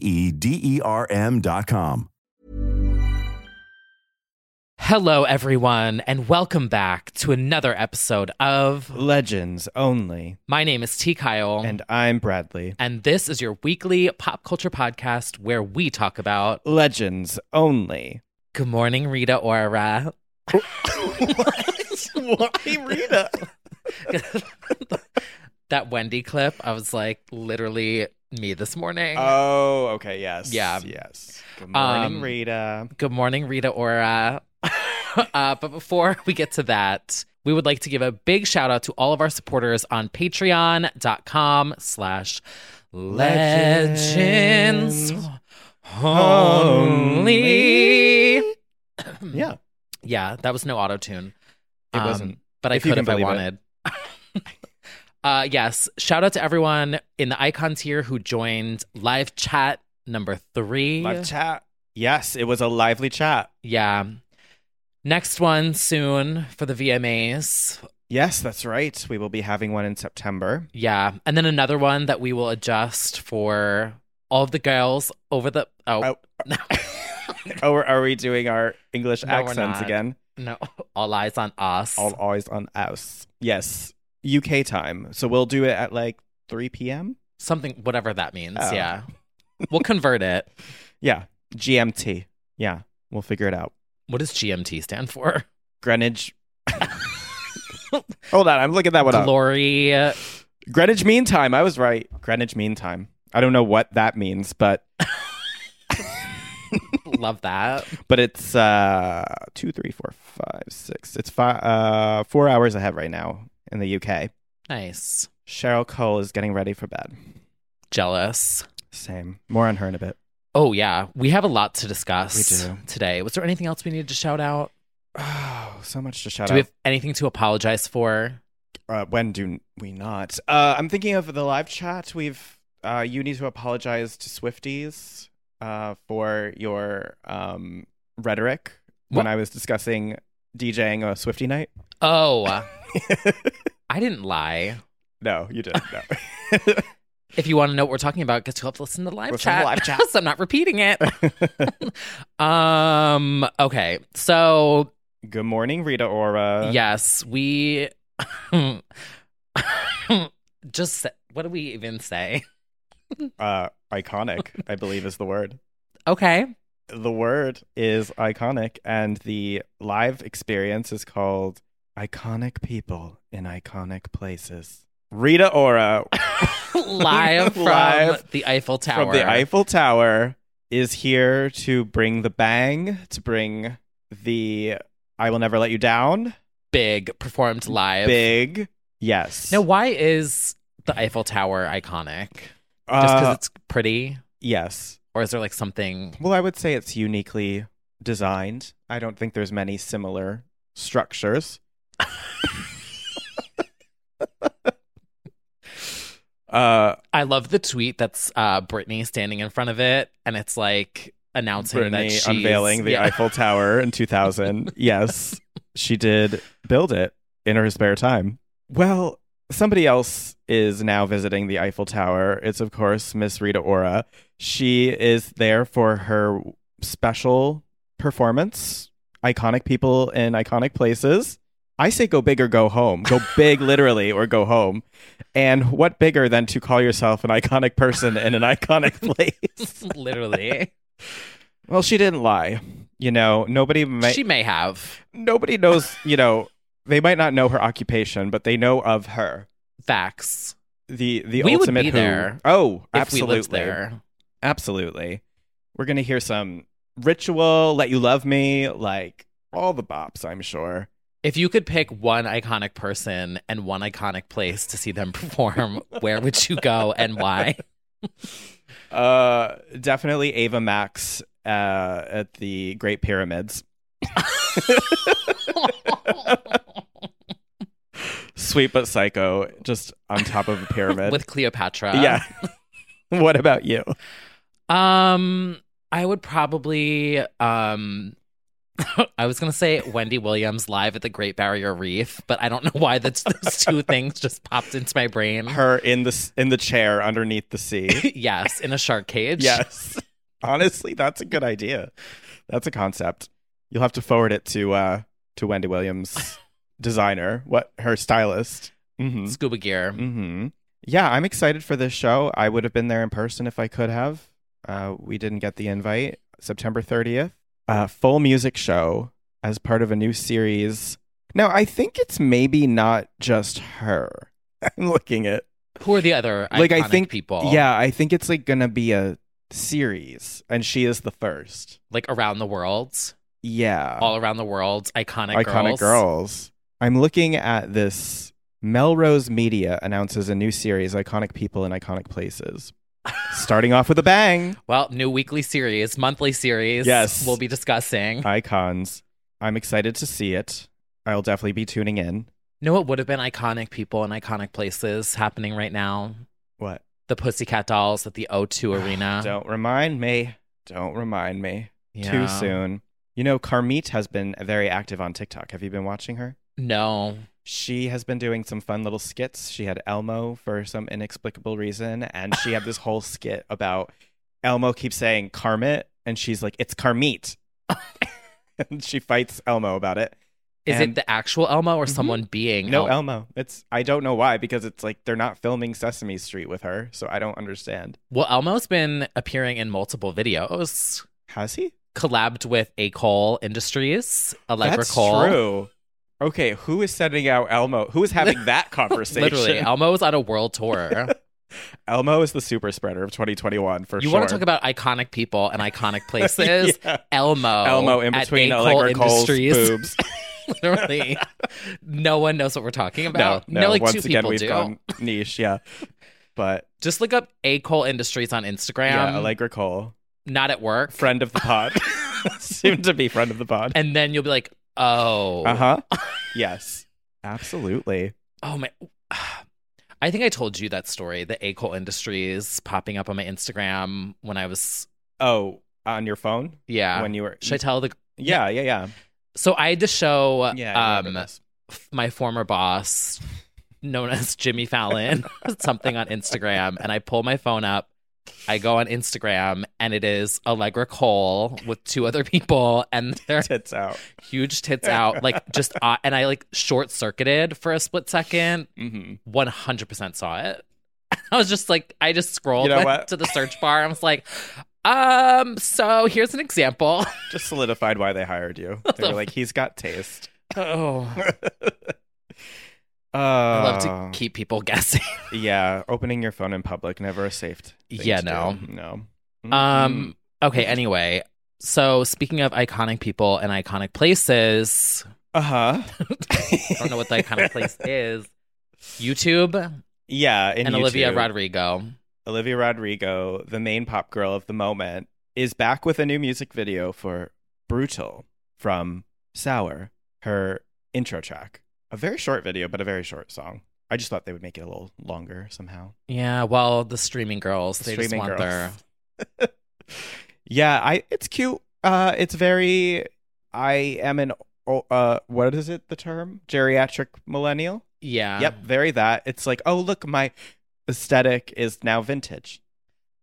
E D E R M.com. Hello, everyone, and welcome back to another episode of. Legends only. My name is T. Kyle, And I'm Bradley. and this is your weekly pop culture podcast where we talk about. Legends only. Good morning, Rita Ora. Why, Rita? that Wendy clip, I was like, literally me this morning. Oh, okay. Yes. Yeah. Yes. Good morning, Um, Rita. Good morning, Rita Ora. uh, but before we get to that, we would like to give a big shout out to all of our supporters on patreon.com slash legends Legends only. Yeah. Yeah, that was no auto tune. It wasn't. But I If you could if can I believe it. wanted. uh, yes. Shout out to everyone in the icon tier who joined live chat number three. Um, Live chat. Yes, it was a lively chat. Yeah. Next one soon for the VMAs. Yes, that's right. We will be having one in September. Yeah. And then another one that we will adjust for all of the girls over the. Oh, Oh. no. Oh, are- are we doing our English No, we're accents not. again? no. All eyes on us. All eyes on us. Yes. UK time. So we'll do it at like 3 p.m. Something, whatever that means. Oh. Yeah. We'll convert it. Yeah. GMT. Yeah. We'll figure it out. What does GMT stand for? Greenwich. Hold on, I'm looking that one up. Glory. Greenwich Mean Time. I was right. Greenwich Mean Time. I don't know what that means, but Love that. but it's uh two, three, four, five, six. It's five uh four hours ahead right now in the UK. Nice. Cheryl Cole is getting ready for bed. Jealous. Same. More on her in a bit. Oh, yeah. We have a lot to discuss We do. today. Was there anything else we needed to shout out? Oh, so much to shout Do out. we have anything to apologize for? uh, when do we not? Uh, I'm thinking of the live chat. We've uh, you need to apologize to Swifties uh, for your um, rhetoric What? when I was discussing DJing a Swifty night. Oh, I didn't lie. no, you didn't. No. If you want to know what we're talking about, get to help listen to the live Listen to chat. the live chat. so I'm not repeating it. um. Okay. So Good morning, Rita Ora. yes, we just what do we even say? Uh, iconic, I believe, is the word. Okay. The word is iconic, and the live experience is called iconic people in iconic places. Rita Ora Live from Live the Eiffel Tower. from the Eiffel Tower is here to bring the bang, to bring the I Will Never Let You Down. Big performed live. Big. Yes. Now, why is the Eiffel Tower iconic? uh, Just because it's pretty, yes. or is there like something? Well, I would say it's uniquely designed. I don't think there's many similar structures. uh, I love the tweet that's uh, Brittany standing in front of it, and it's like announcing Brittany that she's unveiling the Yeah. Eiffel Tower in 2000. yes, she did build it in her spare time. Well, somebody else is now visiting the Eiffel Tower. It's, of course, Miss Rita Ora. She is there for her special performance, Iconic People in Iconic Places. I say go big or go home. Go big, literally, or go home. And what bigger than to call yourself an iconic person in an iconic place? Literally, Well, she didn't lie. You know, nobody may, she may have nobody knows, you know, they might not know her occupation, but they know of her. facts The the We would ultimate be who. there Oh, if absolutely. we lived there. Absolutely. We're going to hear some ritual, let you love me, like all the bops, I'm sure. If you could pick one iconic person and one iconic place to see them perform, where would you go and why? Uh definitely Ava Max uh at the Great Pyramids. Sweet but psycho, just on top of a pyramid. With Cleopatra. yeah. what about you? Um, I would probably um I was gonna say Wendy Williams live at the Great Barrier Reef, but I don't know why that's those two things just popped into my brain. her in the s- in the chair underneath the sea. yes, in a shark cage. yes. Honestly, that's a good idea. That's a concept. You'll have to forward it to uh to Wendy Williams designer, what her stylist. Mhm. Scuba gear. Mhm. Yeah, I'm excited for this show. I would have been there in person if I could have. Uh we didn't get the invite. September 30th. Uh full music show as part of a new series. Now, I think it's maybe not just her. I'm looking at Who are the other Like, I iconic think- people? Yeah, I think it's like gonna be a series, and she is the first. Like around the world. Yeah, All around the world. Iconic, Uh, iconic girls. I'm looking at this. Melrose Media announces a new series, "Iconic People in Iconic Places," starting off with a bang. Well, new weekly series, monthly series. Yes. Uh, We'll be discussing. Icons. I'm excited to see it. I'll definitely be tuning in. know what would have been iconic people and iconic places happening right now? What? The Pussycat Dolls at the O2 Arena. Don't remind me. Don't remind me. Too Yeah. soon. You know, Carmeet has been very active on TikTok. Have you been watching her? No. She has been doing some fun little skits. She had Elmo for some inexplicable reason, and she had this whole skit about Elmo keeps saying Carmit, and she's like, "It's Carmeet," and she fights Elmo about it. Is And- it the actual Elmo or Mhm. someone being No, Elmo? Elmo. It's I don't know why because it's like they're not filming Sesame Street with her, so I don't understand. Well, Elmo's been appearing in multiple videos, Has he? collabed with A Cole Industries, Allegra That's Cole. true. Okay, who is sending out Elmo? Who is having that conversation? Literally, Elmo's on a world tour. Elmo is the super spreader of 2021 for you sure. want to talk about iconic people and iconic places? Yeah. Elmo. Elmo in at between A. Cole Allegra Cole's Industries. boobs. Literally, no one knows what we're talking no, about. no. like once two again, people we've do. gone niche. Yeah, but Just look up A Cole Industries on Instagram. yeah, Allegra Cole, not at work, friend of the pod, soon to be friend of the pod. and then you'll be like, oh, Uh huh. yes, absolutely. oh my. I think I told you that story, the A Cole Industries popping up on my Instagram when I was, Oh, on your phone yeah. when you were. Should I tell the? yeah, yeah, yeah. So I had to show Yeah. I um, remember this. f- my former boss, known as Jimmy Fallon, something on Instagram, and I pull my phone up. I go on Instagram, and it is Allegra Cole with two other people, and they're tits out. huge tits out, like just, uh, and I like short circuited for a split second. Mm-hmm. 100% saw it. I was just like, I just scrolled You know went what? to the search bar. I was like, um, so here's an example. Just solidified why they hired you. They were like, he's got taste. Oh, Uh, I love to keep people guessing. Yeah, opening your phone in public never a safe. t- thing Yeah, to do. no. no. Mm-hmm. Um. Okay. Anyway, so speaking of iconic people and iconic places, Uh huh. I don't know what the iconic place is. YouTube Yeah, in and Olivia YouTube, Rodrigo. Olivia Rodrigo, the main pop girl of the moment, is back with a new music video for "Brutal" from Sour, her intro track. A very short video, but a very short song. I just thought they would make it a little longer somehow. Yeah. Well, the streaming girls. The They just streaming want girls. their. Yeah, I it's cute. Uh it's very I am an o- uh what is it the term? Geriatric millennial? Yeah. yep, very that. It's like, "Oh, look, my aesthetic is now vintage."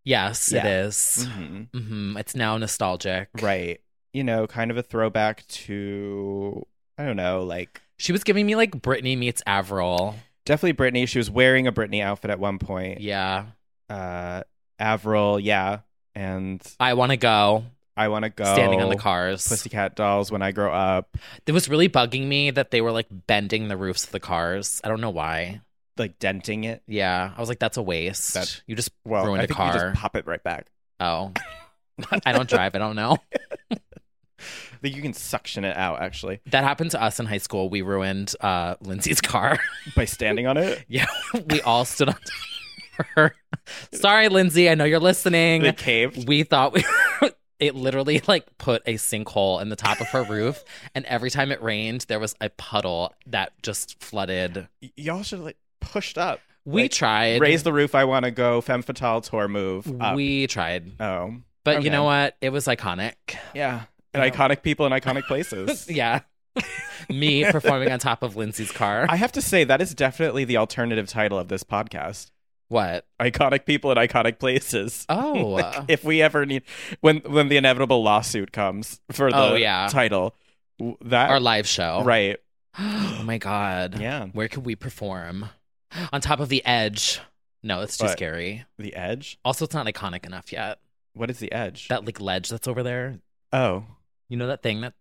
Yes, Yeah. it is. Mhm. Mhm, It's now nostalgic. Right. You know, kind of a throwback to I don't know, like She was giving me like Britney meets Avril. definitely Britney. She was wearing a Britney outfit at one point. Yeah. Uh Avril, yeah. And I want to go. I wanna go Standing on the cars. Pussycat dolls when I grow up. It was really bugging me that they were like bending the roofs of the cars. I don't know why. Like denting it. Yeah. I was like, that's a waste. That- you just Well, ruined I a think car. you just pop it right back. oh. I don't drive. I don't know. I think you can suction it out actually That happened to us in high school. We ruined uh, Lindsay's car. by standing on it. yeah. We all stood on for her. Sorry, Lindsay. I know you're listening. They caved. we thought we it literally like put a sinkhole in the top of her roof and every time it rained there was a puddle that just flooded Y- y'all should like pushed up. we Like, tried Raise the roof. I want to go. Femme fatale tour move. Up. we tried oh, but Okay. you know what it was iconic yeah. And iconic people in iconic places. yeah me performing on top of lindsay's car I have to say that is definitely the alternative title of this podcast: what iconic people in iconic places. oh uh, If we ever need, when when the inevitable lawsuit comes for the Oh, yeah. title, w- that our live show right? oh my god Yeah, where could we perform on top of the edge no it's too What? scary the edge. also it's not iconic enough yet What is the edge? that like ledge that's over there oh, you know that thing that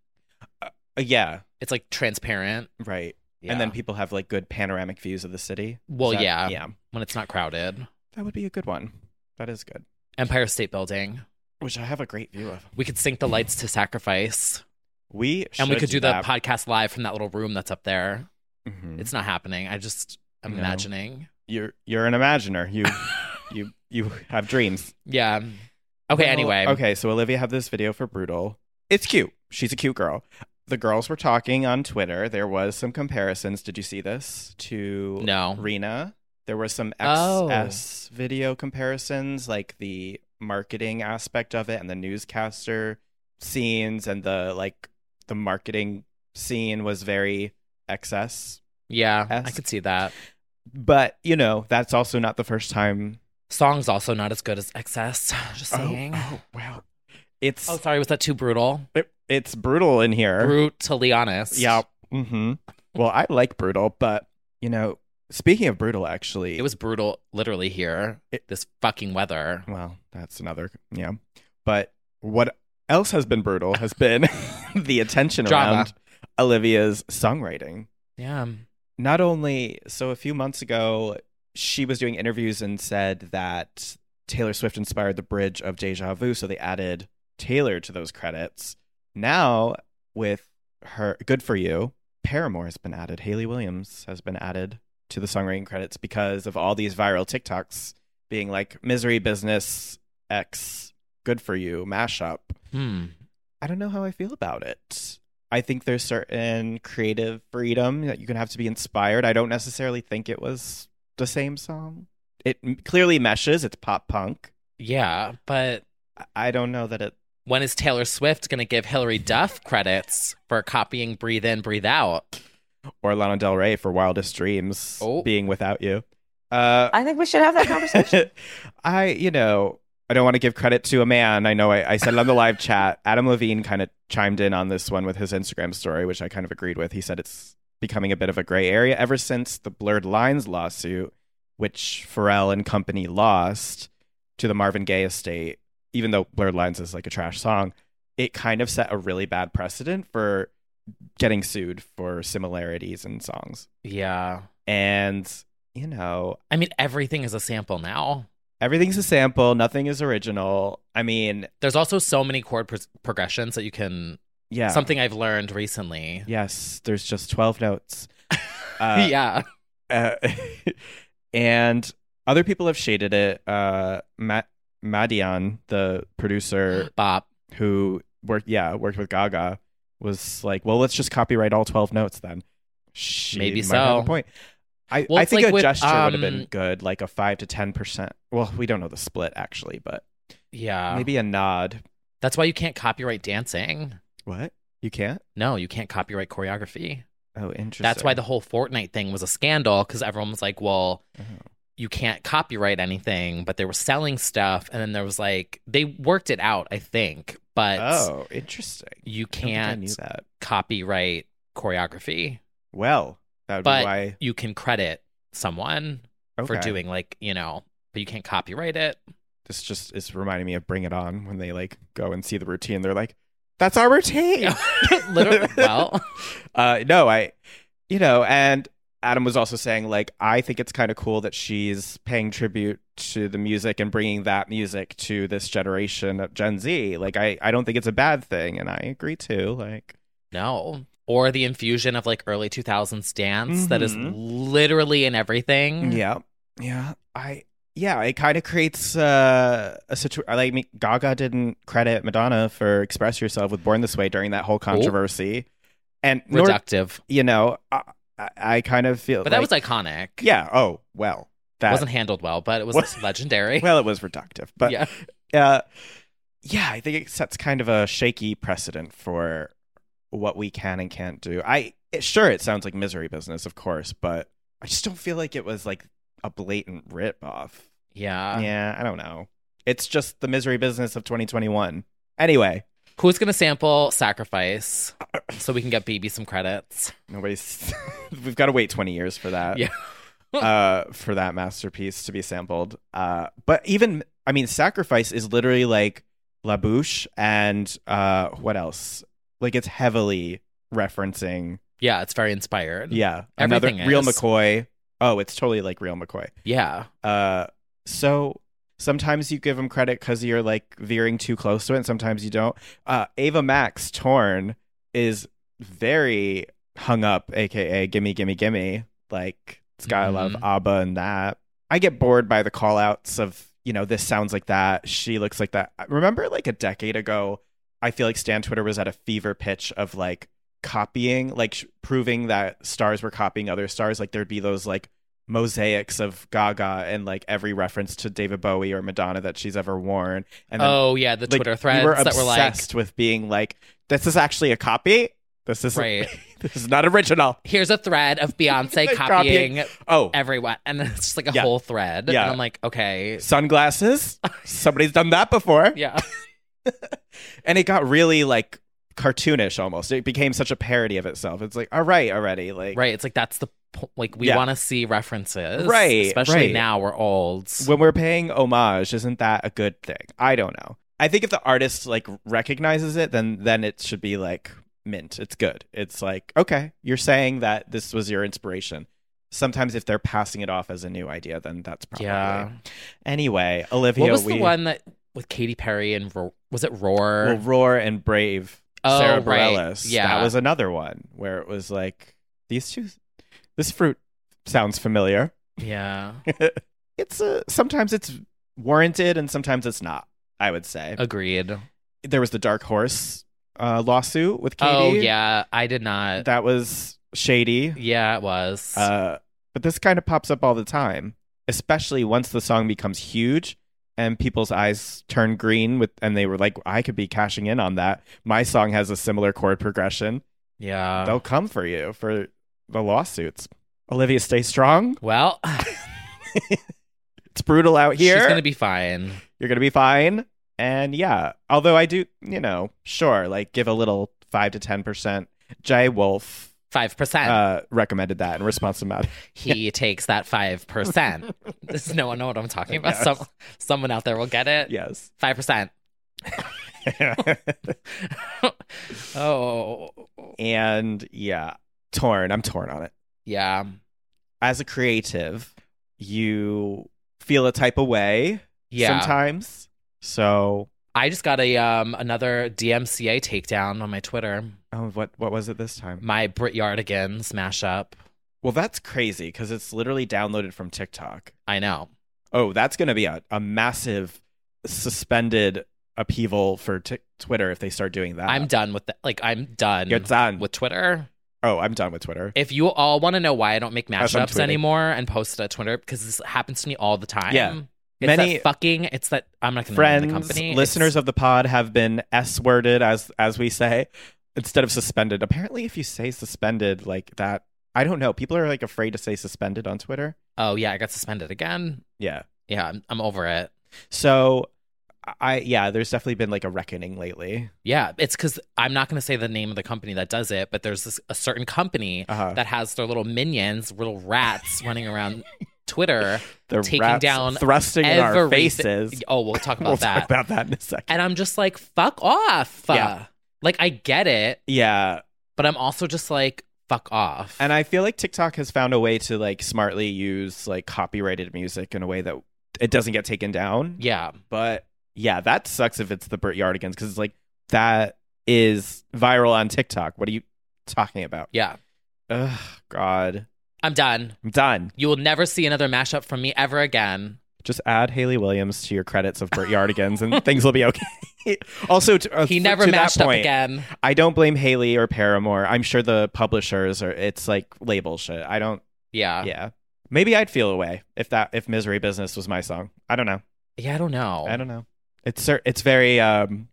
Uh, yeah, it's like transparent right. and then Yeah. people have like good panoramic views of the city. Well, Is that- yeah. yeah, when it's not crowded that would be a good one. That is good. empire state building Which I have a great view of. we could sync the lights to sacrifice We and we should could do the that. podcast live from that little room that's up there Mhm. it's not happening i just i'm No. imagining You're you're an imaginer. You you you have dreams. yeah okay Well, anyway Okay, so Olivia had this video for Brutal. It's cute. She's a cute girl. The girls were talking on Twitter. There was some comparisons. Did you see this to No. Rena? There were some Oh. XS video comparisons, like the marketing aspect of it and the newscaster scenes and the like the marketing scene was very XS. yeah i Ask. could see that But, you know, that's also not the first time. song's also not as good as excess just saying oh, oh, wow. It's sorry was that too brutal it- it's brutal in here. brutally honest Yeah. Mm-hmm. Well, I like brutal, but you know, speaking of brutal, actually, it was brutal literally here It- this fucking weather Well, that's another. Yeah. But what else has been brutal has been the attention Drama. around Olivia's songwriting. yeah Not only so, a few months ago, she was doing interviews and said that Taylor Swift inspired the bridge of Deja Vu, so they added Taylor to those credits. Now, with her Good For You, Paramore has been added. Haley Williams has been added to the songwriting credits because of all these viral TikToks being like Misery Business X Good For You mashup. hmm I don't know how I feel about it. I think there's certain creative freedom that you can have to be inspired. I don't necessarily think it was the same song. It m- clearly meshes. It's pop punk. yeah but I- I don't know that it. When is Taylor Swift going to give Hillary Duff credits for copying Breathe In, Breathe Out? Or Lana Del Rey for Wildest Dreams Oh. being without you. Uh, I think we should have that conversation. I, you know, I don't want to give credit to a man. I know I, I said it on the live chat. Adam Levine kind of chimed in on this one with his Instagram story, which I kind of agreed with. He said it's becoming a bit of a gray area ever since the Blurred Lines lawsuit, which Pharrell and company lost to the Marvin Gaye estate, even though Blurred Lines is like a trash song. It kind of set a really bad precedent for getting sued for similarities in songs. Yeah. And, you know, I mean, everything is a sample now. everything's a sample, nothing is original. I mean, There's also so many chord pro- progressions that you can. yeah. Something I've learned recently. Yes, there's just 12 notes. Uh, yeah. uh, and other people have shaded it. Uh, Matt Madian, the producer Bop. who worked, yeah, worked with Gaga, was like, "Well, let's just copyright all twelve notes then." She Maybe might have a so. point. I, Well, I it's think like a with, gesture would have um, been good, like a five to ten percent. Well, we don't know the split actually, but Yeah. Maybe. maybe a nod. That's why you can't copyright dancing. What you can't? No, you can't copyright choreography. Oh, interesting. That's why the whole Fortnite thing was a scandal because everyone was like, well, Oh. you can't copyright anything, but they were selling stuff. And then there was like, they worked it out, I think, but oh, interesting. you I don't think I can't knew that. copyright choreography, Well, that would but be why you can credit someone for Okay. doing like, you know, but you can't copyright it. this just is reminding me of Bring It On when they like go and see the routine. They're like, "That's our routine." Literally, well, uh, no, I, you know, and Adam was also saying like, I think it's kind of cool that she's paying tribute to the music and bringing that music to this generation of Gen Z. Like, I, I don't think it's a bad thing, and I agree too. Like, no. Or the infusion of like early 2000s dance that is Mhm. literally in everything. yeah, yeah, I. Yeah, it kind of creates uh, a situation. Like, I mean, Gaga didn't credit Madonna for "Express Yourself" with "Born This Way" during that Oh. whole controversy, and nor Reductive. you know, I, I- I kind of feel. But that was iconic. yeah. Oh well, It that wasn't handled well, but it was What- legendary. well, it was reductive, but yeah. uh, yeah, I think it sets kind of a shaky precedent for what we can and can't do. I it, sure it sounds like misery business, of course, but I just don't feel like it was like a blatant rip off. Yeah. yeah, I don't know. It's just the misery business of 2021. Anyway, Who's going to sample Sacrifice so we can get BB some credits? nobody's. we've got to wait 20 years for that. Yeah. uh, for that masterpiece to be sampled. Uh, but even I mean, Sacrifice is literally like La Bouche and uh, what else? Like it's heavily referencing. Yeah, it's very inspired. Yeah, Everything another real is. McCoy. Oh, it's totally like real McCoy. Yeah. Uh, so sometimes you give him credit because you're like veering too close to it, and sometimes you don't. Uh, Ava Max Torn is very hung up, aka Gimme Gimme Gimme. Like it's got a lot of ABBA in that. I get bored by the call outs of, you know, this sounds like that, she looks like that. I Remember like a decade ago, I feel like Stan Twitter was at a fever pitch of like copying, like sh- proving that stars were copying other stars. Like there'd be those like mosaics of Gaga and like every reference to David Bowie or Madonna that she's ever worn. And then oh, yeah. The like, Twitter threads we were that were like, obsessed with being like, this is actually a copy. This is Right. this is not original. here's a thread of Beyonce Like copying, Oh, everyone. And then it's just like a Yeah. whole thread. Yeah. And I'm like, okay. sunglasses. Somebody's done that before. Yeah. and it got really like cartoonish almost. It became such a parody of itself. It's like, all right, already, like Right. It's like, that's the point. Like, we Yeah. want to see references. Right, Especially right. now we're old. when we're paying homage, isn't that a good thing? I don't know. I think if the artist like recognizes it, then then it should be like mint. It's good. It's like okay, you're saying that this was your inspiration. Sometimes if they're passing it off as a new idea, then that's probably yeah. Anyway, Olivia, what was we the one that with Katy Perry and Ro- was it Roar? well, Roar and Brave. Oh, Sarah right. Bareilles. Yeah. that was another one where it was like these two. This fruit sounds familiar. yeah, It's a sometimes it's warranted and sometimes it's not. I would say Uh, agreed. there was the dark horse uh, lawsuit with Katie. Oh yeah, I did not. that was shady. yeah, it was. Uh, but this kind of pops up all the time, especially once the song becomes huge and people's eyes turn green with, and they were like, "I could be cashing in on that." My song has a similar chord progression. yeah. They'll come for you for the lawsuits. Olivia, stay strong. well, It's brutal out here. she's gonna be fine. You're gonna be fine. And yeah, although I do, you know, sure, like give a little five to ten percent. Jay Wolf Five percent. uh, recommended that in response to Matt. he takes that five percent. Does no one know what I'm talking about? Yes. Some someone out there will get it. yes. Five percent. Oh, And yeah, torn. I'm torn on it. yeah. As a creative, you feel a type of way Yeah. sometimes. So, I just got a um another DMCA takedown on my Twitter. oh, what what was it this time? My Brit Yardigan smash up. Well, that's crazy because it's literally downloaded from TikTok. I know. Oh, that's going to be a, a massive suspended upheaval for Tik Twitter if they start doing that. I'm done with that. Like I'm done Uh, You're done. with Twitter. oh, I'm done with Twitter. If you all want to know why I don't make As I'm mashups tweeting. anymore and post it on Twitter, because this happens to me all the time. Yeah. It's Many- that fucking. It's that I'm not going to name Friends, the company. listeners It's- of the pod have been S worded as as we say instead of suspended. Apparently, if you say suspended like that, I don't know. People are like afraid to say suspended on Twitter. oh yeah, I got suspended again. Yeah. Yeah, I'm, I'm over it. So, I yeah, there's definitely been like a reckoning lately. Yeah, it's because I'm not going to say the name of the company that does it, but there's this, a certain company Uh-huh. that has their little minions, little rats running around Twitter. The taking rats down thrusting in our everythi- faces. Oh, we'll talk about we'll that. talk about that in a second. and I'm just like, fuck off. Yeah. Like, I get it, yeah, but I'm also just like, fuck off. And I feel like TikTok has found a way to like smartly use like copyrighted music in a way that it doesn't get taken down. yeah, But yeah, that sucks if it's the Burt Yardigans because it's like that is viral on TikTok. What are you talking about? yeah. Ugh, God, I'm done. I'm done. You will never see another mashup from me ever again. Just add Haley Williams to your credits of Burt Yardigans and things will be okay. also, to, uh, He never to that mashed up point, again. I don't blame Haley or Paramore. I'm sure the publishers are. It's like label shit. I don't. Yeah. yeah. yeah maybe i'd feel away if that if misery business was my song i don't know I don't know. i don't know it's cer- it's very um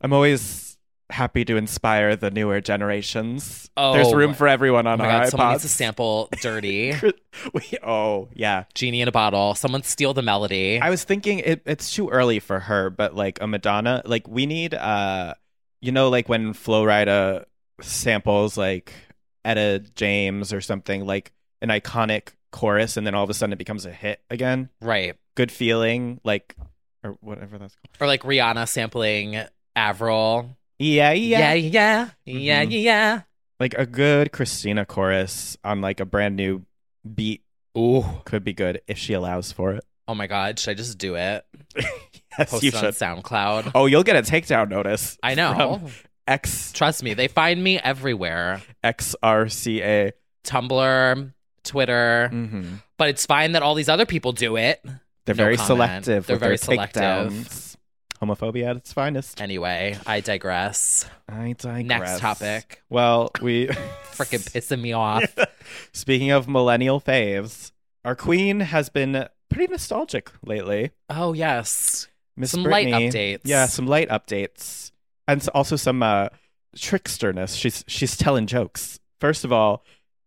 i'm always happy to inspire the newer generations Oh, there's room for everyone Oh on my our god, iPods. someone needs to sample Dirty, we, oh yeah Genie in a Bottle. Someone steal the melody. i was thinking it, it's too early for her but like a madonna like we need uh you know like when Flo Rida samples like etta james or something like an iconic chorus and then all of a sudden it becomes a hit again right. good feeling, like or whatever that's called. Or like Rihanna sampling Avril. Yeah, Yeah, yeah, yeah. Yeah, Mhm. yeah. Like a good Christina chorus on like a brand new beat Ooh. could be good if she allows for it. Oh my god, should I just do it? Yes, Post you it on should. SoundCloud. Oh, you'll get a takedown notice. I know. From X Trust me, they find me everywhere. X R C A. Tumblr, Twitter. Mhm. But it's fine that all these other people do it. They're Mm-hmm. No very comment. selective. They're with very their selective. takedowns. Homophobia at its finest. Anyway, I digress. I digress. Next topic. Well, we Freaking pissing me off. Speaking of millennial faves, our queen has been pretty nostalgic lately. Oh yes. Miss Some light Brittany- updates. Yeah, some light updates, and s- also some uh, tricksterness. She's she's telling jokes. First of all,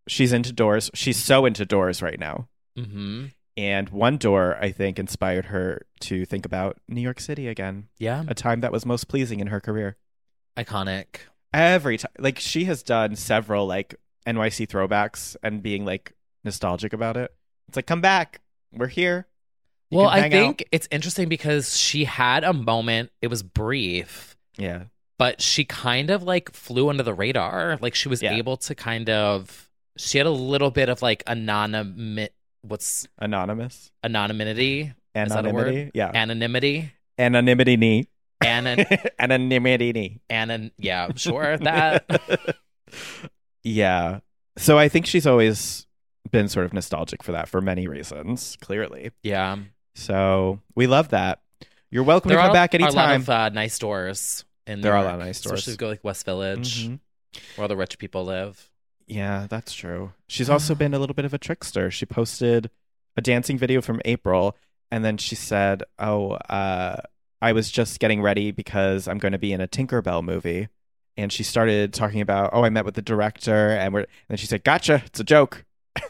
she's into doors. She's so into doors right now. Mm-hmm. And one door, I think, inspired her to think about New York City again, Yeah. a time that was most pleasing in her career. Iconic. Every time, like she has done several like NYC throwbacks and being like nostalgic about it. It's like, come back, we're here. You well, can I hang out." think it's interesting because she had a moment, it was brief, yeah, but she kind of like flew under the radar. Like she was Yeah. able to kind of she had a little bit of like anonymous what's anonymous, anonymity? Is that a word? anonymity, yeah, Anonymity? anonymity knee. Anon anonymity. anon yeah, sure that yeah. So I think she's always been sort of nostalgic for that for many reasons, clearly. yeah. So we love that. You're welcome There to are come back a lot anytime. of uh, nice stores in New There are a York, lot of nice Especially stores. if you go like West Village, Mhm. where all the rich people live. Yeah, that's true. She's also been a little bit of a trickster. She posted a dancing video from April and then she said, Oh, uh, I was just getting ready because I'm going to be in a Tinkerbell movie. And she started talking about, Oh, I met with the director. And, we're, and then she said, Gotcha. It's a joke.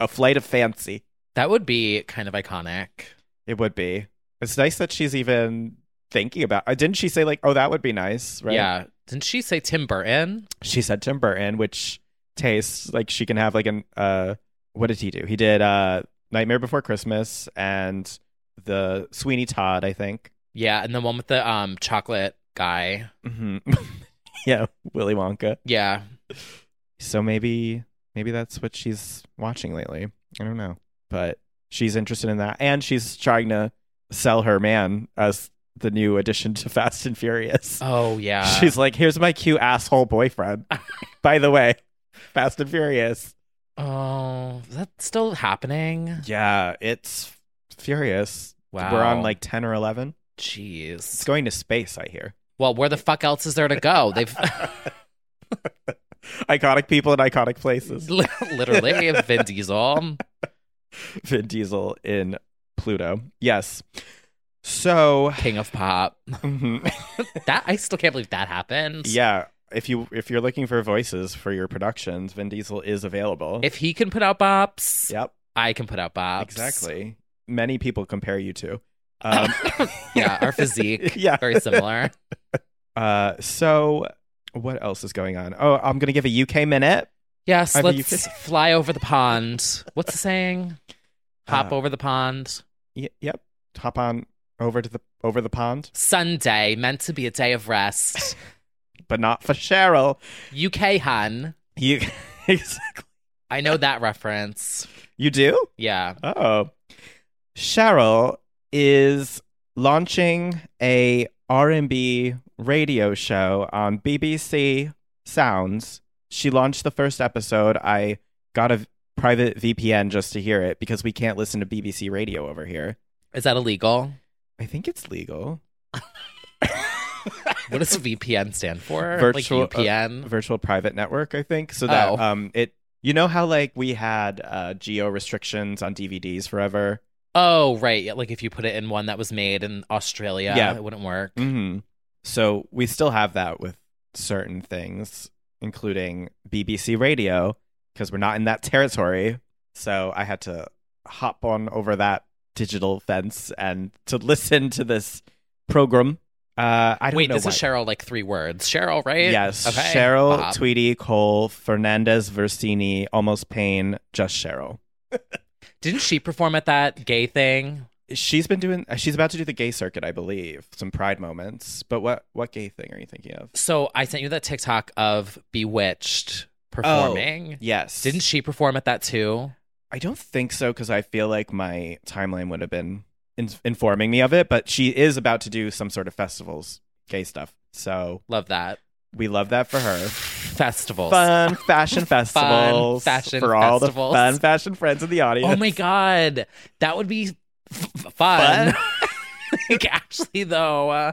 a flight of fancy. That would be kind of iconic. It would be. It's nice that she's even thinking about. Uh, didn't she say like, "Oh, that would be nice," right? Yeah. Didn't she say Tim Burton? She said Tim Burton, which tastes like she can have like an uh what did he do? He did uh Nightmare Before Christmas and the Sweeney Todd, I think. Yeah, and the one with the um chocolate guy. Mhm. yeah, Willy Wonka. Yeah. So maybe maybe that's what she's watching lately. I don't know. But she's interested in that and she's trying to sell her man as the new addition to Fast and Furious. Oh yeah. she's like, "Here's my cute asshole boyfriend." By the way, Fast and Furious. Oh, is that still happening? Yeah, it's furious. Wow. We're on like 10 or 11. It's Jeez. going to space, I hear. Well, where the fuck else is there to go? They've Iconic people in iconic places. li- literally Vin Diesel. Vin Diesel in Pluto. Yes. So, King of Pop. mhm. That I still can't believe that happened. yeah, if you if you're looking for voices for your productions, Vin Diesel is available. If he can put out bops, yep, I can put out bops. exactly. Many people compare you to. Um, Yeah, our physique. yeah. Very similar. Uh, so what else is going on? Oh, I'm going to give a UK minute. Yes, I mean, you let's fly over the pond. What's the saying? Hop Uh, over the pond. Y- yep. Hop on over to the over the pond, Sunday, meant to be a day of rest. but not for Cheryl. UK hun. You I know that reference. you do? Yeah. Oh. Cheryl is launching a R&B radio show on BBC Sounds. She launched the first episode. I got a v- private VPN just to hear it because we can't listen to BBC radio over here. Is that illegal? I think it's legal. What does VPN stand for? Virtual- uh, like UPN. virtual private network, I think, so that Oh. um it you know how like we had uh geo restrictions on DVDs forever. oh, right. Yeah, like if you put it in one that was made in Australia, Yeah. it wouldn't work. Mm-hmm. So we still have that with certain things, including BBC Radio, because we're not in that territory. So I had to hop on over that digital fence and to listen to this program. Uh, I don't Wait, know this why. is Cheryl like three words. Cheryl, right? Yes, Okay. Cheryl, Bob. Tweety, Cole, Fernandez, Versini, Almost Payne, just Cheryl. Didn't she perform at that gay thing? She's been doing. She's about to do the gay circuit, I believe. Some pride moments. But what what gay thing are you thinking of? So I sent you that TikTok of Oh. Bewitched performing. Yes. Didn't she perform at that too? I don't think so because I feel like my timeline would have been in- informing me of it. But she is about to do some sort of festivals, gay stuff. So Love that. we love that for her. Festivals. Fun fashion festivals fashion for all festivals. the fun fashion friends in the audience. Oh my god, that would be f- f- fun. like actually, though, uh,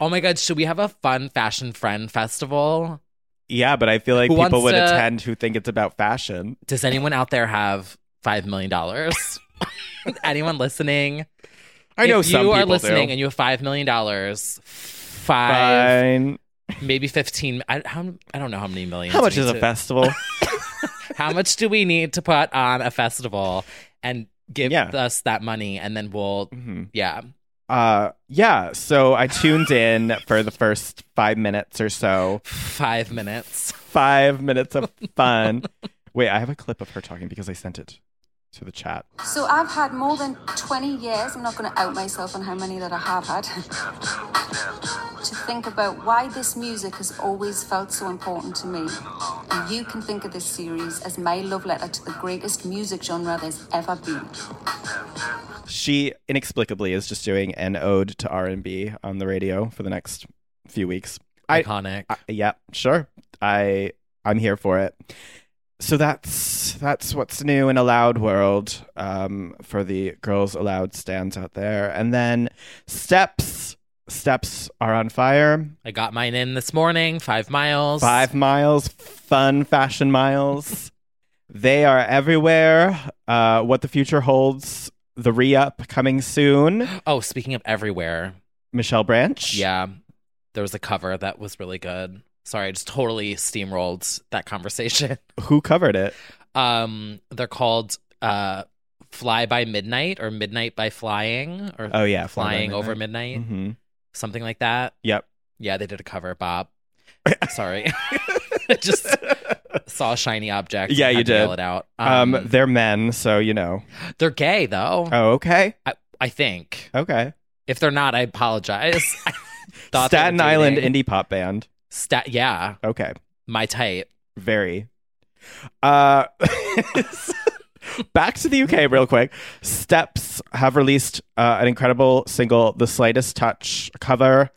oh my god, should we have a fun fashion friend festival? Yeah, but I feel like Who people wants would to- attend who think it's about fashion. Does anyone out there have five million dollars? anyone listening? I know if some you are people listening do. and you have five million dollars. Five, Fine. maybe fifteen. I, how, I don't know how many millions. How much we is need to- a festival? How much do we need to put on a festival and give Yeah. us that money, and then we'll, Mhm. yeah, Uh, yeah. So I tuned in for the first five minutes or so. five minutes. Five minutes of fun. Wait, I have a clip of her talking because I sent it to the chat. So I've had more than 20 years, I'm not going to out myself on how many that I have had, to think about why this music has always felt so important to me. And you can think of this series as my love letter to the greatest music genre there's ever been. She inexplicably is just doing an ode to R and B on the radio for the next few weeks. I- Iconic. I, yeah, sure. I I'm here for it. So that's that's what's new in Allowed World um, for the Girls Allowed stands out there. And then Steps. Steps are on fire. I got mine in this morning, five miles. Five miles, fun fashion miles. they are everywhere. Uh, what the future holds. The re up coming soon. Oh, speaking of everywhere, Michelle Branch. yeah, there was a cover that was really good. Sorry, I just totally steamrolled that conversation. Who covered it? Um, they're called uh, "Fly by Midnight" or "Midnight by Flying" or Oh, yeah. "Flying Over Midnight," hmm something like that. Yep. Yeah, they did a cover, Bob. Sorry, I just saw a shiny object. and Yeah, you had to yell did. it out. Um, Um, they're men, so you know. they're gay though. Oh, okay. I, I think. Okay. If they're not, I apologize. I thought they were Staten Island dating. indie pop band. Sta- yeah, Okay. my type. Very. Uh, back to the UK real quick. Steps have released uh, an incredible single, The Slightest Touch cover.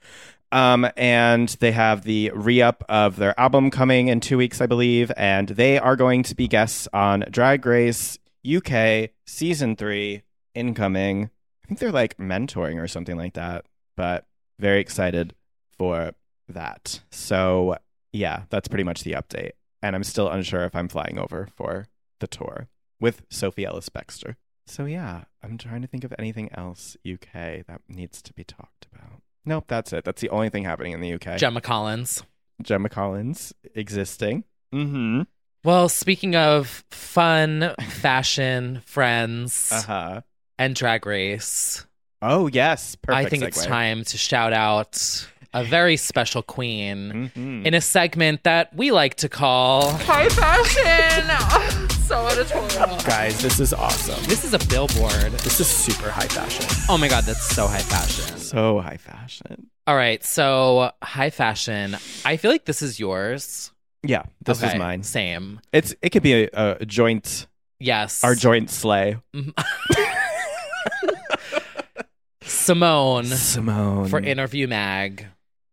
Um, and they have the re up of their album coming in two weeks, I believe. And they are going to be guests on Drag Race UK season three incoming. I think they're like mentoring or something like that, but very excited for that. So, yeah, that's pretty much the update. And I'm still unsure if I'm flying over for the tour with Sophie Ellis Bextor. So yeah, I'm trying to think of anything else UK that needs to be talked about. Nope, that's it. That's the only thing happening in the UK. Gemma Collins. Gemma Collins existing. Mm-hmm. Well, speaking of fun, fashion, friends, Uh-huh. and drag race, Oh yes, perfect. I think it's segue. time to shout out a very special queen Mhm. Mm-hmm. in a segment that we like to call High Fashion. so editorial. Guys, this is awesome. This is a billboard. This is super high fashion. Oh my god, that's so high fashion. So high fashion. All right, so high fashion. I feel like this is yours. Yeah, this Okay, is mine. Same. It's it could be a, a joint Yes. our joint sleigh. Simone Simone for interview mag.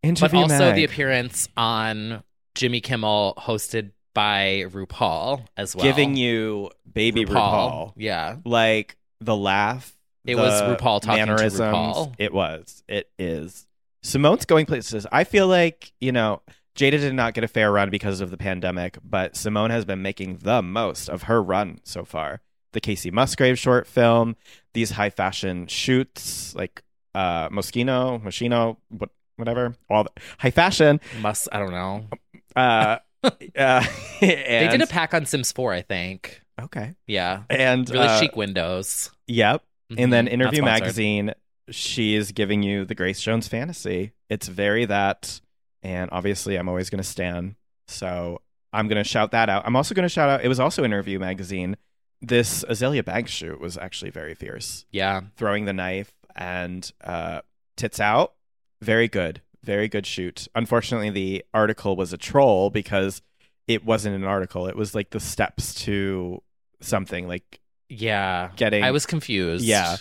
interview, but also Mag. the appearance on Jimmy Kimmel, hosted by RuPaul as well. giving you baby RuPaul. Yeah. like the laugh. It the was RuPaul talking to mannerisms. RuPaul. It was. It is. Simone's going places. I feel like you know Jada did not get a fair run because of the pandemic, but Simone has been making the most of her run so far. The Casey Musgrave short film, these high fashion shoots like uh Moschino, Moschino, what, whatever, all the high fashion. Must, I don't know. Uh, uh, They did and- a pack on Sims 4, I think. okay, Yeah. and Really uh, chic windows. Yep, And then Mhm. Interview Not sponsored. Magazine, she is giving you the Grace Jones fantasy. It's very that. And obviously, I'm always going to stand. So I'm going to shout that out. I'm also going to shout out, it was also Interview Magazine. This Azalea Banks shoot was actually very fierce. Yeah. Throwing the knife and uh, tits out. Very good. Very good shoot. Unfortunately, the article was a troll because it wasn't an article. It was like the steps to something, like Yeah. getting I was confused. Yeah.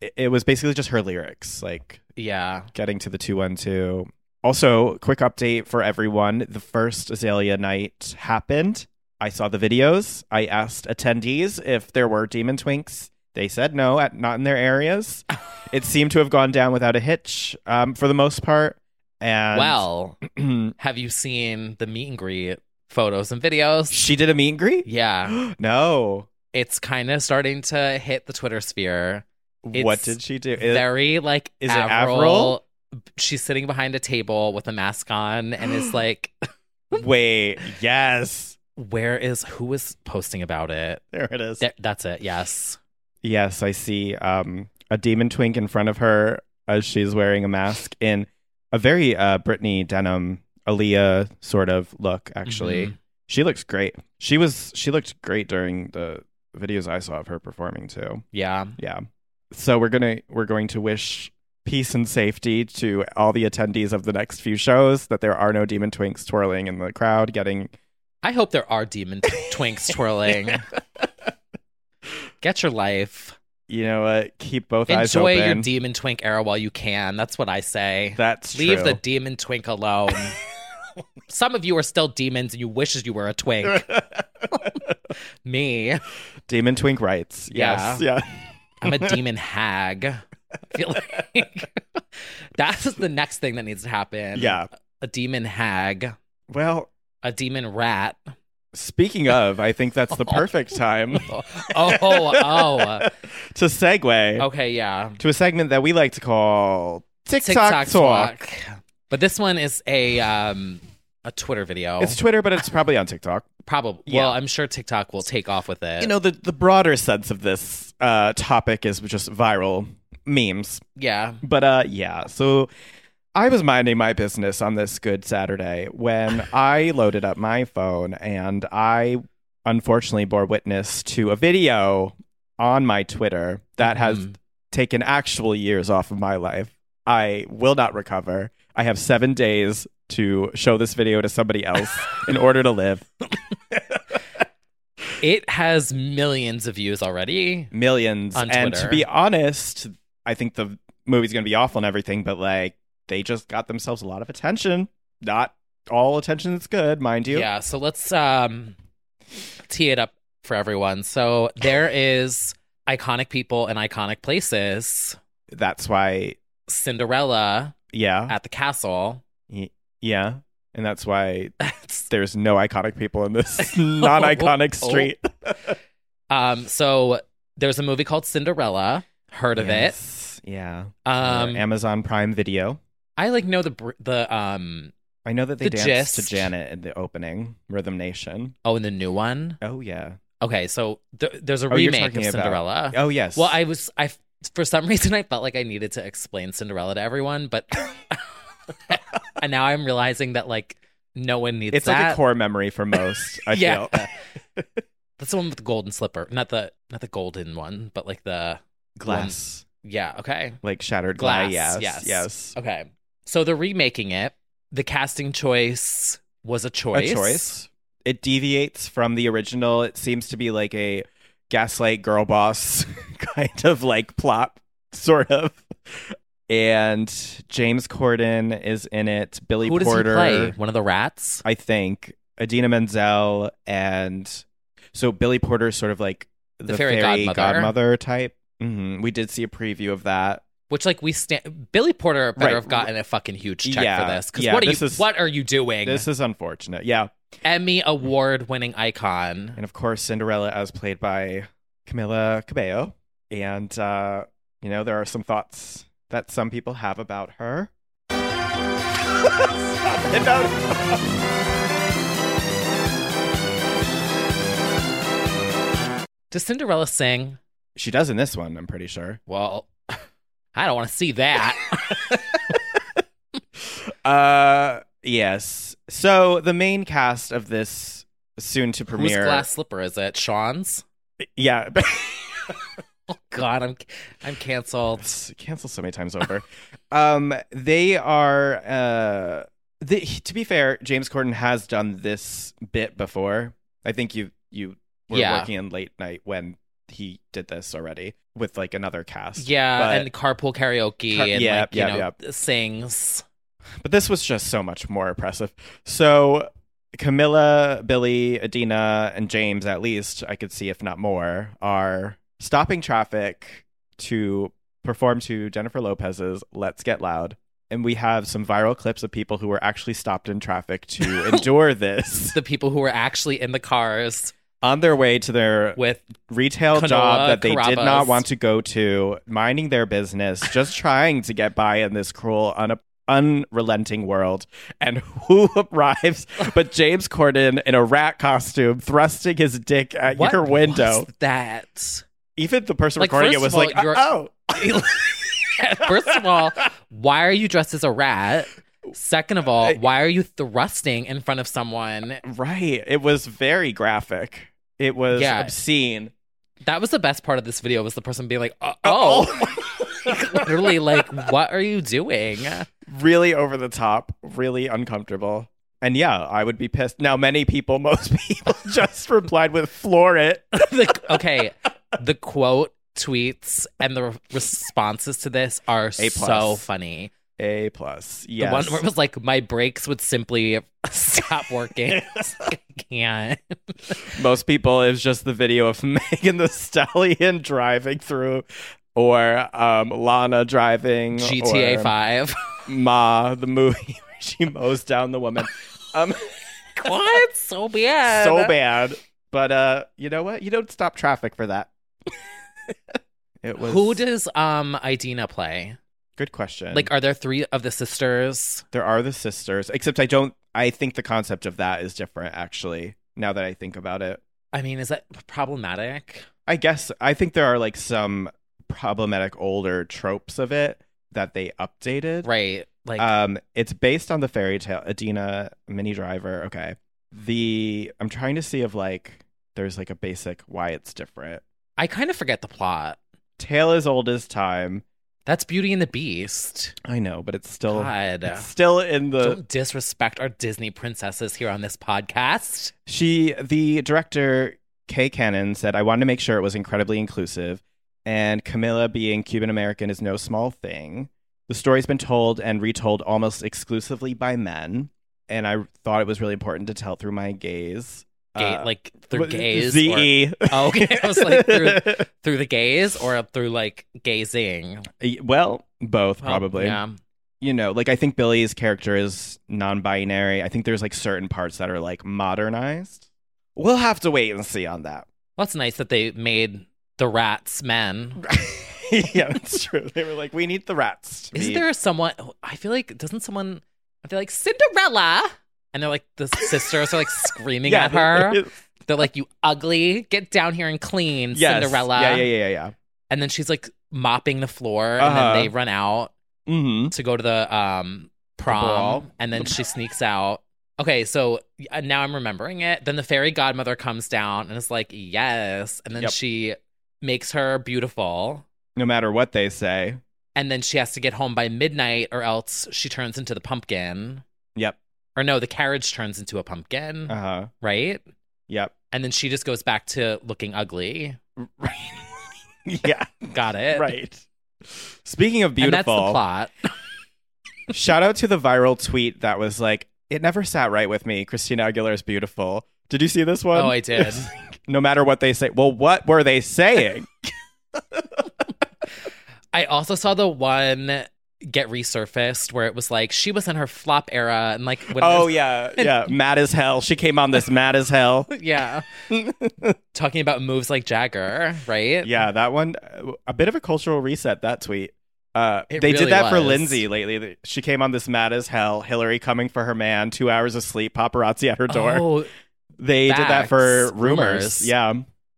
it- it was basically just her lyrics, like Yeah. getting to the 212. Also, quick update for everyone the first Azalea night happened. I saw the videos. I asked attendees if there were demon twinks. They said no, at, not in their areas. it seemed to have gone down without a hitch um, for the most part. And well, have you seen the meet and greet photos and videos? she did a meet and greet? Yeah. no. It's kind of starting to hit the Twitter sphere. what It's did she do? It- very like is it Avril. She's sitting behind a table with a mask on and is like, wait, yes. "Where is who is posting about it?" There it is. Th- that's it. Yes. Yes, I see um, a demon twink in front of her as she's wearing a mask in a very uh, Brittany denim, Aaliyah sort of look. Actually, Mhm. she looks great. She was she looked great during the videos I saw of her performing too. Yeah. Yeah, so we're gonna we're going to wish peace and safety to all the attendees of the next few shows that there are no demon twinks twirling in the crowd getting I hope there are demon t- twinks twirling. Get your life. you know what keep both eyes Enjoy open. your demon twink era while you can. That's what I say. That's Leave true. the demon twink alone. Some of you are still demons and you wishes you were a twink. Me. demon twink rights. Yes, yeah. I'm a demon hag. I feel like that's the next thing that needs to happen. Yeah. A demon hag, Well, a demon rat. speaking of, I think that's the perfect time Oh, oh, to segue oh. Okay, yeah. to a segment that we like to call TikTok, TikTok Talk. talk. But this one is a um a Twitter video. It's Twitter, but it's probably on TikTok. probably yeah. well, I'm sure TikTok will take off with it. You know, the, the broader sense of this uh, topic is just viral memes. yeah. But uh, yeah, so I was minding my business on this good Saturday when I loaded up my phone and I unfortunately bore witness to a video on my Twitter that has Mhm. taken actual years off of my life. I will not recover. I have seven days to show this video to somebody else in order to live. It has millions of views already. Millions. On and Twitter. to be honest, I think the movie's going to be awful and everything, but like they just got themselves a lot of attention. Not all attention is good, mind you. Yeah, so let's um tee it up for everyone. So there is iconic people and iconic places. That's why, Cinderella yeah. at the castle. Yeah. And that's why That's- there's no iconic people in this non iconic Oh. street. um so there's a movie called Cinderella. Heard of it. Yeah. it? Um Or Amazon Prime Video. I like know the br- the um I know that they The danced to gist. Janet in the opening, Rhythm Nation. oh and the new one. Oh yeah. Okay, so th- there's a Oh, you're remake talking of about- Cinderella. Oh yes. Uh, Well, I was I for some reason I felt like I needed to explain Cinderella to everyone, but and now I'm realizing that like no one needs it's that. like a core memory for most. I Yeah. feel. That's the one with the golden slipper, not the not the golden one, but like the glass, yeah. Okay, like shattered glass. glass. Yes. yes, Yes. Okay, so they're remaking it. The casting choice was a choice. A choice. It deviates from the original. It seems to be like a gaslight girl boss kind of like plot, sort of. And James Corden is in it. Billy Who does Porter. he play? One of the rats. I think Adina Menzel and so Billy Porter is sort of like the, fairy godmother. type. hmm We did see a preview of that. Which like we stand. Billy Porter better Right. have gotten a fucking huge check Yeah, for this. Because yeah, what are this you? is- what are you doing? This is unfortunate. Yeah, Emmy award winning icon. and of course Cinderella as played by Camila Cabello. And uh, you know there are some thoughts that some people have about her. Stop it, no. Does Cinderella sing? She does in this one. I'm pretty sure. Well, I don't want to see that. Uh, yes. So the main cast of this soon to Whose premiere. glass slipper is it? Sean's? Yeah. Oh, God, I'm I'm canceled. It's canceled so many times over. um, they are. Uh, the, to be fair, James Corden has done this bit before. I think you you were Yeah. working in late night when he did this already with like another cast. Yeah, but, and carpool karaoke Car- and yep, like you yep, know sings. but this was just so much more oppressive. So Camilla, Billy, Adina, and James, at least I could see if not more, are stopping traffic to perform to Jennifer Lopez's "Let's Get Loud." And we have some viral clips of people who were actually stopped in traffic to endure this The people who were actually in the cars on their way to their with retail Canola job that they did Carrabba's. not want to go to, minding their business, just trying to get by in this cruel, un- unrelenting world. And who arrives but James Corden in a rat costume, thrusting his dick at what your window? was that. Even the person Like, recording first it was of all, like, you're- "Oh, First of all, why are you dressed as a rat? Second of all, why are you thrusting in front of someone right." It was very graphic. It was Yeah. obscene. That was the best part of this video was the person being like, "Uh, "Oh, literally, like, what are you doing?" really over the top, really uncomfortable. And yeah, I would be pissed. Now, many people, most people, just replied with "floor it." The- okay, the quote tweets and the re- responses to this are A plus. so funny. A plus. The Yes. one where it was like, "My brakes would simply stop working." I can't. Most people is just the video of Megan the Stallion driving through or um, Lana driving GTA or Five. Ma, the movie where she mows down the woman. Um what? So bad. so bad. But uh, you know what? You don't stop traffic for that. it was Who does um Idina play? good question. Like, are there three of the sisters? There are the sisters, except I don't. I think the concept of that is different, actually. Now that I think about it, I mean, is that problematic? I guess I think there are like some problematic older tropes of it that they updated. Right. Like, um, it's based on the fairy tale Adina Mini Driver. Okay. The I'm trying to see if like there's like a basic why it's different. I kind of forget the plot. Tale as old as time. That's Beauty and the Beast. I know, but it's still God. Oh, uh, it's still in the Don't disrespect our Disney princesses here on this podcast. She, the director, Kay Cannon, said, I wanted to make sure it was incredibly inclusive, and Camilla being Cuban American is no small thing. The story's been told and retold almost exclusively by men, and I thought it was really important to tell through my gaze. Gay, Uh, like through what- E? gays. Or, Z-E. oh, okay. I was like, through, through the gays or through like gazing? well, both Well, probably. yeah. You know, like I think Billy's character is non binary. I think there's like certain parts that are like modernized. We'll have to wait and see on that. Well, it's nice that they made the rats men. yeah, that's true. They were like, we need the rats. to Isn't be- there someone? I feel like doesn't someone? I feel like Cinderella, and they're like the sisters are like screaming Yeah, at her. there is. They're like, "You ugly, get down here and clean, Yes. Cinderella." Yeah, yeah, yeah, yeah. And then she's like mopping the floor, and Uh-huh. then they run out Mm-hmm. to go to the um prom, ball. and then she sneaks out. Okay, so uh, now I'm remembering it. Then the fairy godmother comes down and is like, "Yes," and then Yep. she makes her beautiful. No matter what they say. and then she has to get home by midnight or else she turns into the pumpkin Yep. or no the carriage turns into a pumpkin Uh huh. right Yep. and then she just goes back to looking ugly yeah. got it Right. Speaking of and that's the beautiful, plot shout out to the viral tweet that was like, "It never sat right with me." Christina Aguilera's beautiful. Did you see this one? oh i did no matter what they say. Well, what were they saying? i also saw the one get resurfaced where it was like she was in her flop era and like when oh yeah, yeah. Mad as hell. She came on this mad as hell. yeah talking about moves like jagger right yeah, that one, uh, a bit of a cultural reset, that tweet. Uh, they It did really that for was. Lindsay lately. They- She came on this mad as hell, Hillary coming for her man, two hours of sleep, paparazzi at her door. oh they did that for facts. rumors. Rumors. Yeah.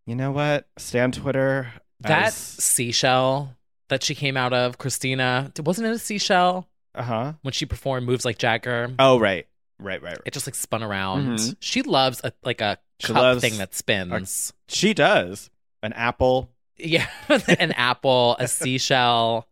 You know what? Stay on Twitter. that as- seashell that she came out of christina wasn't it a seashell Uh-huh. when she performed moves like Jagger. Oh, right. Right, right, right. It just like spun around. Mhm. She loves a like a She cup loves thing that spins. She does. An apple. yeah, an apple, a seashell.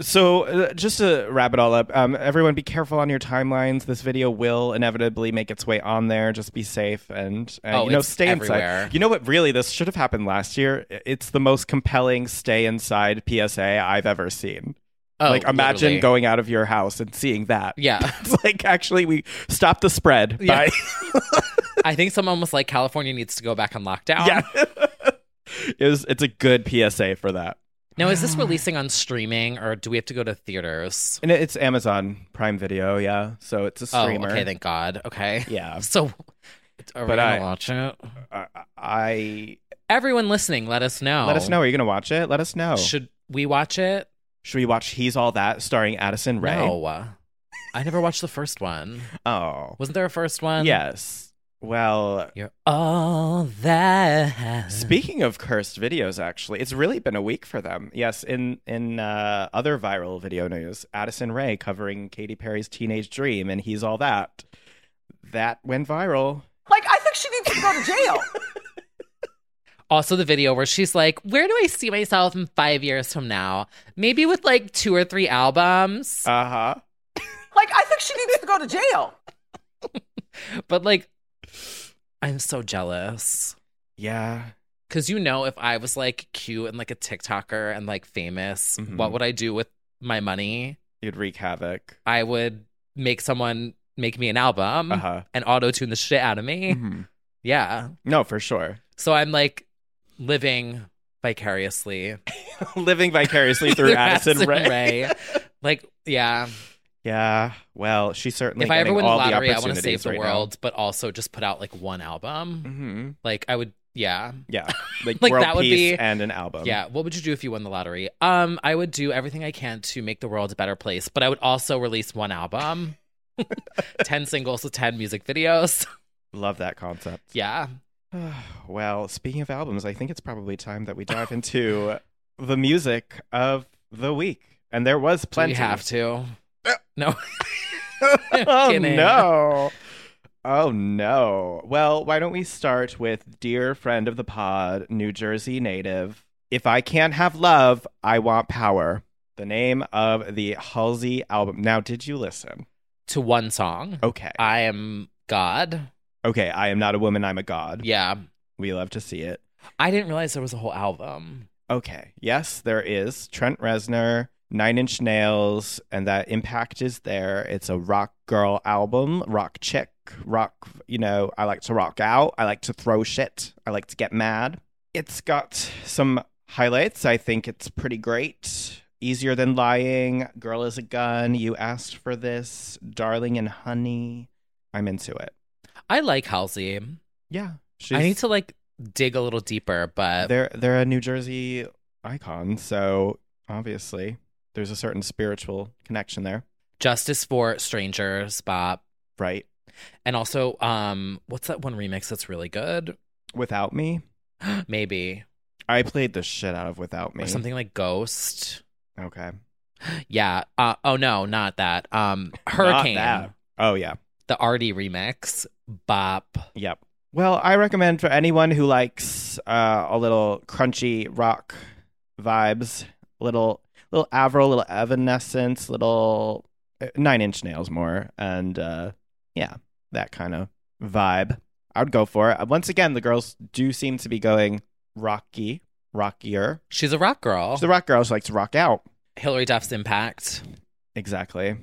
So, uh, just to wrap it all up, um, everyone be careful on your timelines. This video will inevitably make its way on there. Just be safe and, uh, Oh, you know, it's stay everywhere. inside. You know what? Really, this should have happened last year. I- It's the most compelling stay inside PSA I've ever seen. Oh, like, imagine literally. going out of your house and seeing that. Yeah, It's like, actually, we stop the spread. Yeah. Bye. I think someone was like, California needs to go back on lockdown. yeah. it was, it's a good PSA for that. Now, is this releasing on streaming or do we have to go to theaters? And it- it's Amazon Prime Video. Yeah. So, it's a streamer. Oh, okay. Thank God. Okay. yeah. So, are we But gonna I- watch it? I. I Everyone listening, let us know. Let us know. Are you going to watch it? Let us know. Should, Oh. Should we watch it? we watch He's All That starring Addison Ray? No. I never watched the first one. Oh. Wasn't there a first one? Yes. Well, You're all that. speaking of cursed videos, actually, it's really been a week for them. Yes, in in uh, other viral video news, Addison Ray covering Katy Perry's Teenage Dream and He's All That. That went viral. Like, I think she needs to go to jail. Also, the video where she's like, Where do I see myself in five years from now? Maybe with like two or three albums, Uh huh. Like, I think she needs to go to jail. but like, I'm so jealous. Yeah. Cause you know, if I was like cute and like a TikToker and like famous, Mhm. what would I do with my money? You'd wreak havoc. I would make someone make me an album Uh huh. and auto tune the shit out of me. Mm-hmm. Yeah. No, for sure. So I'm like living vicariously Living vicariously through Addison, Ray. Ray. like, yeah. Yeah. Well, she's certainly. if I ever getting win the all lottery, the I want to opportunities save the right now. world, but also just put out like one album. Mm-hmm. Like I would, yeah, Yeah, like, Like, world that would peace be- and an album. yeah. What would you do if you won the lottery? Um, I would do everything I can to make the world a better place, but I would also release one album, ten singles with ten music videos. love that concept. yeah, well, speaking of albums, I think it's probably time that we dive into the music of the week, and there was Do plenty. we have to. No, oh Kidding. no. Oh no. Well, why don't we start with dear friend of the pod, New Jersey native. If I can't have love, I want power. the name of the Halsey album. Now, did you listen? to one song. Okay. I am God. okay. I am not a woman. I'm a god. Yeah. We love to see it. I didn't realize there was a whole album. Okay. Yes, there is Trent Reznor, Nine Inch Nails, and that impact is there. It's a rock girl album, rock chick, rock. You know, I like to rock out. I like to throw shit. I like to get mad. It's got some highlights. I think it's pretty great. Easier than lying. Girl is a gun. You asked for this. Darling and honey. I'm into it. I like Halsey. Yeah. She's, I need to like dig a little deeper, but they're they're a New Jersey icon, so obviously there's a certain spiritual connection there, Justice for Strangers, Bop. right? And also, um, what's that one remix that's really good? Without me, Maybe. I played the shit out of Without Me. Or something like Ghost. Okay. Yeah. Uh, oh no, not that. Um Hurricane. that. Oh yeah. The Artie remix. Bop. Yep. Well, I recommend for anyone who likes uh, a little crunchy rock vibes, little little Avril, little Evanescence, little uh, Nine Inch Nails more, and uh, yeah, that kind of vibe. I would go for it. Uh, Once again, the girls do seem to be going rocky, rockier. She's a rock girl. She's the rock girls like to rock out. Hillary Duff's impact. Exactly.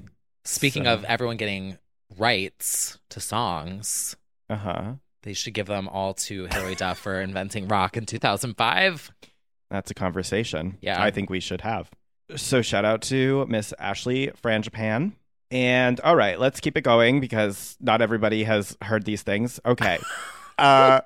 Speaking So- of everyone getting rights to songs, Uh huh. they should give them all to Hillary Duff for inventing rock in 2005. That's a conversation. Yeah. I think we should have. So shout out to Miss Ashley Frangipan. And all right, let's keep it going because not everybody has heard these things. Okay. uh,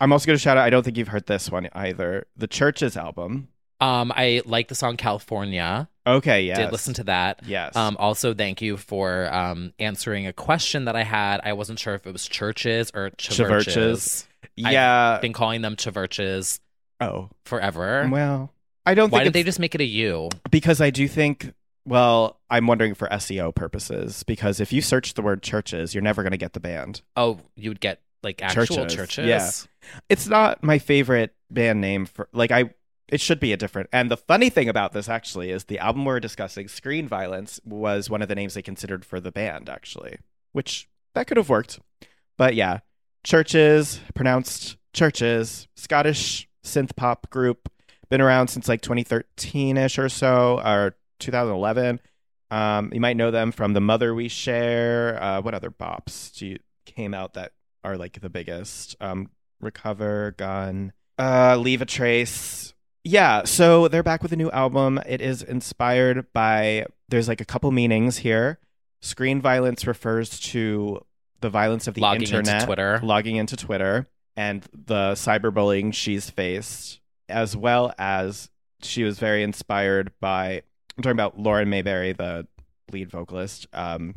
I'm also going to shout out, I don't think you've heard this one either. The Churches album. Um, I like the song California. Okay. Yes. Did listen to that. Yes. Um, also, thank you for um, answering a question that I had. I wasn't sure if it was churches or chaverches. Chiverches. yeah. I've been calling them chaverches oh, forever. well, I don't Why think did they it's- just make it a U? because I do think. Well, I'm wondering for SEO purposes because if you search the word churches, you're never going to get the band. Oh, you would get like actual Churches, churches. yeah. it's not my favorite band name for like I it should be a different. And the funny thing about this actually is the album we're discussing, Screen Violence, was one of the names they considered for the band actually, which that could have worked. But yeah, churches pronounced churches, Scottish synth pop group, been around since like 2013 ish or so, or 2011. Um, you might know them from The Mother We Share. Uh, what other bops do you, came out that are like the biggest? Um, Recover, Gun, uh, Leave a Trace. Yeah, so they're back with a new album. It is inspired by, there's like a couple meanings here. Screen violence refers to the violence of the Logging into internet, Twitter. logging into Twitter, and the cyberbullying she's faced, as well as she was very inspired by, I'm talking about Lauren Mayberry, the lead vocalist, um,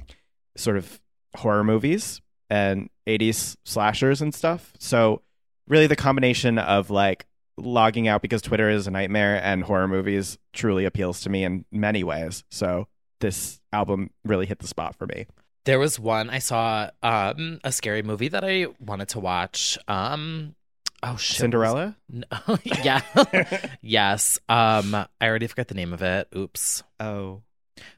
sort of horror movies and 80s slashers and stuff. So, really, the combination of like logging out because Twitter is a nightmare and horror movies truly appeals to me in many ways. So, this album really hit the spot for me. There was one I saw um a scary movie that I wanted to watch. Um oh shit. Cinderella? No, yeah. yes. Um I already forgot the name of it. Oops. Oh.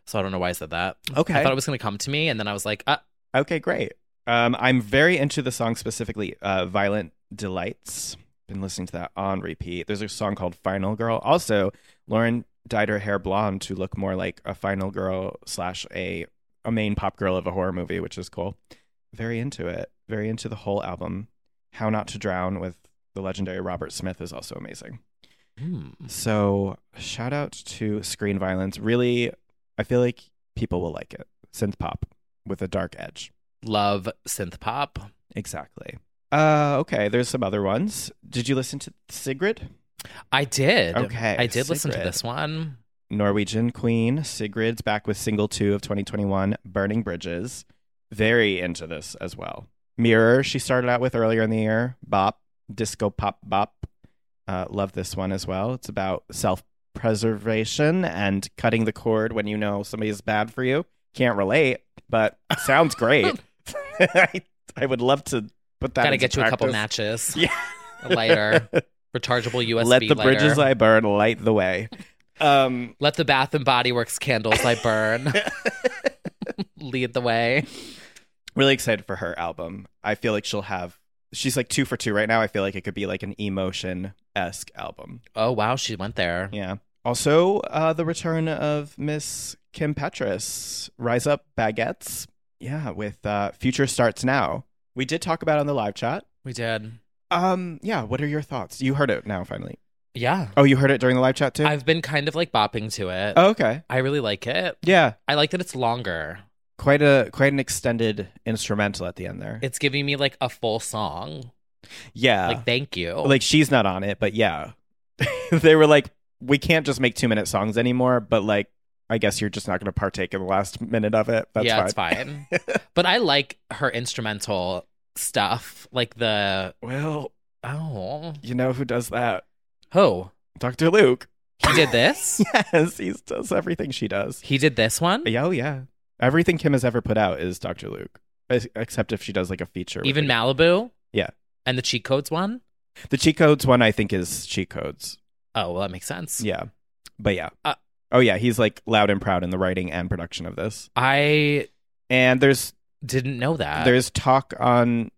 So I don't know why I said that. Okay. I thought it was going to come to me and then I was like, uh, Okay, great. Um, I'm very into the song specifically, uh, Violent Delights. Been listening to that on repeat. There's a song called Final Girl. Also, Lauren dyed her hair blonde to look more like a final girl slash a, a main pop girl of a horror movie, which is cool. Very into it. Very into the whole album. How Not to Drown with the legendary Robert Smith is also amazing. hmm. So shout out to Screen Violence. Really, I feel like people will like it. Synth pop with a dark edge. love synth pop. Exactly. Uh, okay, there's some other ones. Did you listen to Sigrid? I did. Okay, I did listen to Sigrid. this one. Norwegian Queen Sigrid's back with single two of 2021, Burning Bridges. Very into this as well. Mirror, she started out with earlier in the year. Bop, disco pop bop. Uh, love this one as well. It's about self preservation and cutting the cord when you know somebody is bad for you. Can't relate, but sounds great. I, I would love to put that. Gotta into get you a couple practice. matches. Yeah. A lighter. Rechargeable USB Let the lighter. bridges I burn light the way. Um, Let the Bath and Body Works candles I burn lead the way. really excited for her album. I feel like she'll have. She's like two for two right now. I feel like it could be like an emotion esque album. Oh wow, she went there. Yeah. Also, uh, the return of Miss Kim Petras, Rise Up Baguettes. Yeah, with uh, Future Starts Now. We did talk about it on the live chat. We did. Um, yeah, what are your thoughts? You heard it now, finally. Yeah. Oh, you heard it during the live chat too? I've been kind of like bopping to it. oh, okay. I really like it. Yeah, I like that it's longer. quite a quite an extended instrumental at the end there. It's giving me like a full song. yeah, like thank you. Ah. like she's not on it, but yeah, they were like, we can't just make two minute songs anymore. But like, I guess you're just not going to partake in the last minute of it. That's yeah, fine. it's fine. but I like her instrumental stuff. Like the Well, oh you know who does that? who Dr. Luke. he did this. Yes, he does everything she does. He did this one. Yeah, Oh yeah, everything Kim has ever put out is Dr. Luke, Ex- except if she does like a feature. with Even it. Malibu. Yeah. And the cheat codes one. the cheat codes one, I think, is cheat codes. Oh well, that makes sense. Yeah, but yeah. Uh, oh yeah, he's like loud and proud in the writing and production of this. I And there's didn't know that. there's talk online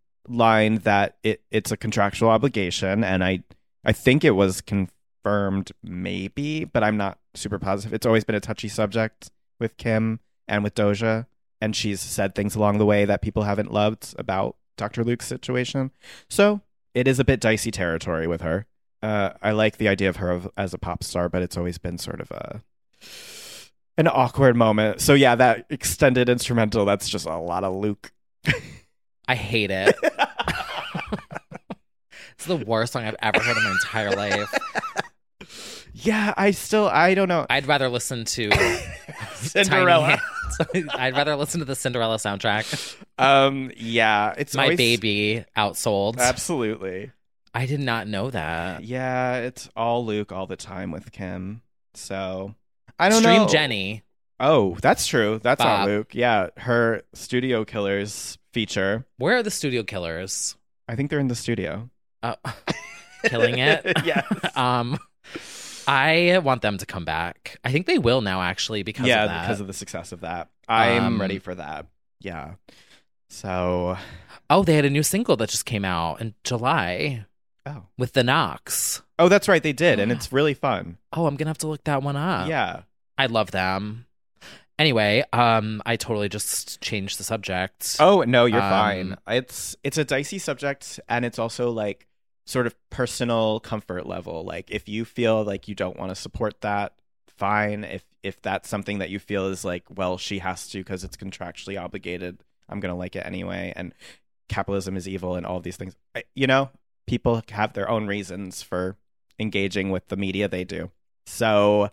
that it, it's a contractual obligation and i i think it was confirmed maybe but i'm not super positive it's always been a touchy subject with kim and with doja and she's said things along the way that people haven't loved about dr luke's situation so it is a bit dicey territory with her uh, i like the idea of her of, as a pop star but it's always been sort of a an awkward moment so yeah that extended instrumental that's just a lot of luke I hate it. it's the worst song I've ever heard in my entire life. Yeah, I still I don't know. I'd rather listen to Cinderella. Tiny Hands. I'd rather listen to the Cinderella soundtrack. Um yeah, it's My always- baby outsold. Absolutely. I did not know that. Yeah, it's all Luke all the time with Kim. So I don't Stream know. Jenny. Oh, that's true. That's all Bob. Luke. Yeah, her Studio Killers feature. Where are the studio killers? I think they're in the studio. Uh, killing it. Yes. um, I want them to come back. I think they will now, actually, because yeah, of that. because of the success of that. I'm Um, ready for that. Yeah. So, oh, they had a new single that just came out in July oh. with the Knox. Oh, that's right, they did and it's really fun. Oh, I'm gonna have to look that one up. yeah. I love them. Anyway, um, I totally just changed the subject. Oh no, you're Um, fine. It's it's a dicey subject, and it's also like sort of personal comfort level. Like if you feel like you don't want to support that, fine. If if that's something that you feel is like, well, she has to because it's contractually obligated. I'm gonna like it anyway, and capitalism is evil, and all these things. I- You know, people have their own reasons for engaging with the media they do. So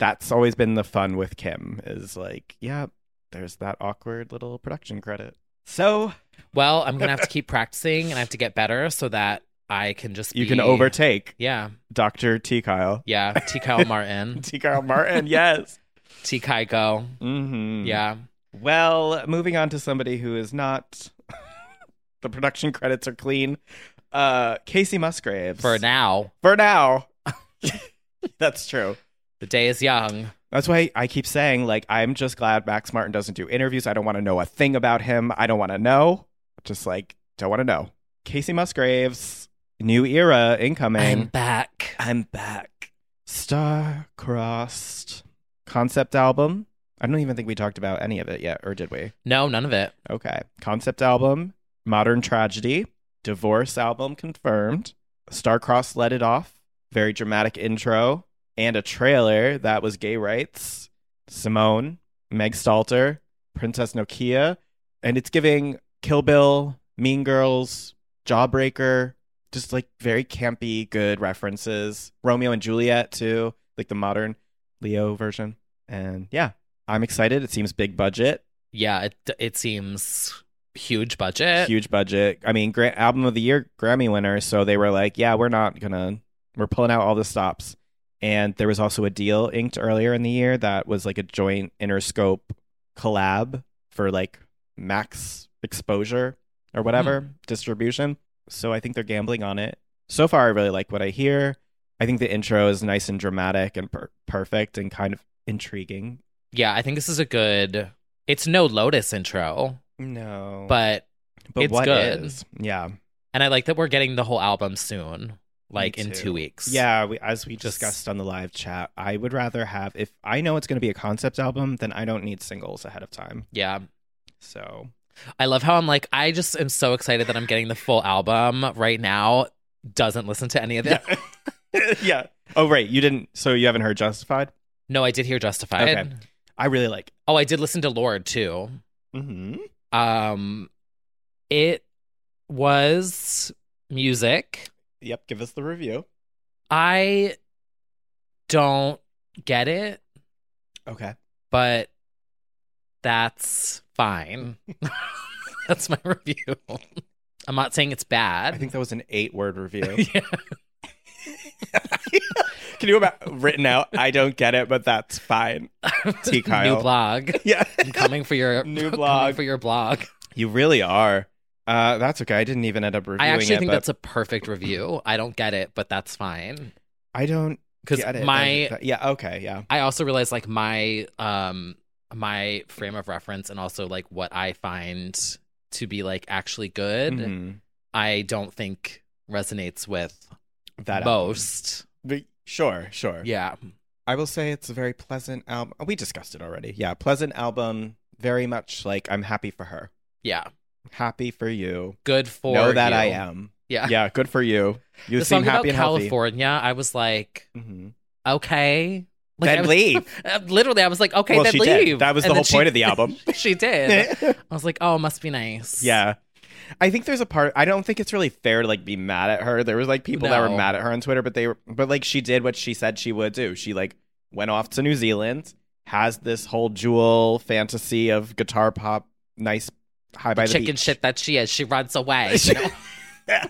that's always been the fun with Kim is like, yeah, there's that awkward little production credit. So Well, I'm gonna have to keep practicing, and I have to get better so that I can just you can be- overtake Yeah, Dr. T. Kyle. yeah. T. Kyle Martin, T. Kyle Martin, yes. T. Kai Go. Mm-hmm. Yeah. Well, moving on to somebody who is not. the production credits are clean. Uh, Casey Musgraves. For now, For now. That's true. the day is young. That's why I keep saying, like, I'm just glad Max Martin doesn't do interviews. I don't want to know a thing about him. I don't want to know. Just like, don't want to know. Casey Musgraves, new era incoming. I'm back. I'm back. Star crossed concept album. I don't even think we talked about any of it yet, or did we? No, none of it. Okay. Concept album, modern tragedy, divorce album confirmed. Starcross let it off. Very dramatic intro and a trailer that was gay rights. Simone, Meg Stalter, Princess Nokia, and it's giving Kill Bill, Mean Girls, Jawbreaker, just like very campy, good references. Romeo and Juliet too, like the modern Leo version. And yeah, I'm excited. It seems big budget Yeah, it it seems huge budget. huge budget. I mean, gra- album of the year Grammy winner. So they were like, yeah, we're not gonna, we're pulling out all the stops. And there was also a deal inked earlier in the year that was like a joint Interscope collab for like max exposure Mm-hmm. or Hmm. whatever distribution. So I think they're gambling on it. So far, I really like what I hear. I think the intro is nice and dramatic and per- perfect and kind of intriguing. Yeah, I think this is a good. It's no Lotus intro, No, but but it's what good. is? Yeah, and I like that we're getting the whole album soon, like in too. two weeks. yeah. We, as we Just- discussed on the live chat, I would rather have if I know it's going to be a concept album, then I don't need singles ahead of time. yeah. So I love how I'm like, I just am so excited that I'm getting the full album right now. Doesn't listen to any of it. yeah. Oh right, you didn't. So you haven't heard Justified? No, I did hear Justified. Okay. I really like. Oh, I did listen to Lord too. Mm-hmm. Um, it was music. Yep. Give us the review. I don't get it, Okay. but that's fine. that's my review. I'm not saying it's bad. I think that was an eight-word review. yeah. Can you imagine written out? I don't get it, but that's fine. T. New Kyle. blog. Yeah. I'm coming for your New coming blog. for your blog. You really are. Uh, that's okay. I didn't even end up reviewing I actually it, think but that's a perfect review. I don't get it, but that's fine. I don't Because get it. my, That- yeah, okay, yeah. I also realize like my, um, my frame of reference and also like what I find to be like actually good, Mhm. I don't think resonates with That most. album. But- sure, sure. Yeah, I will say it's a very pleasant album. Oh, We discussed it already. Yeah, pleasant album. Very much like I'm happy for her. yeah. Happy for you. Good for know that you. I am. Yeah. Yeah, good for you. You the seem song about happy and California, I was like, healthy. Mhm. okay. Like, Then I was- leave. Uh, Literally, I was like, okay, Well, then she leave. did. That was the And then whole she- point of the album. she did. I was like, oh, must be nice. Yeah. I think there's a part I don't think it's really fair to like be mad at her. There was like people that were No. mad at her on Twitter, but they were but like she did what she said she would do. She like went off to New Zealand, has this whole jewel fantasy of guitar pop, nice high by the chicken beach. shit that she is. She runs away. you know?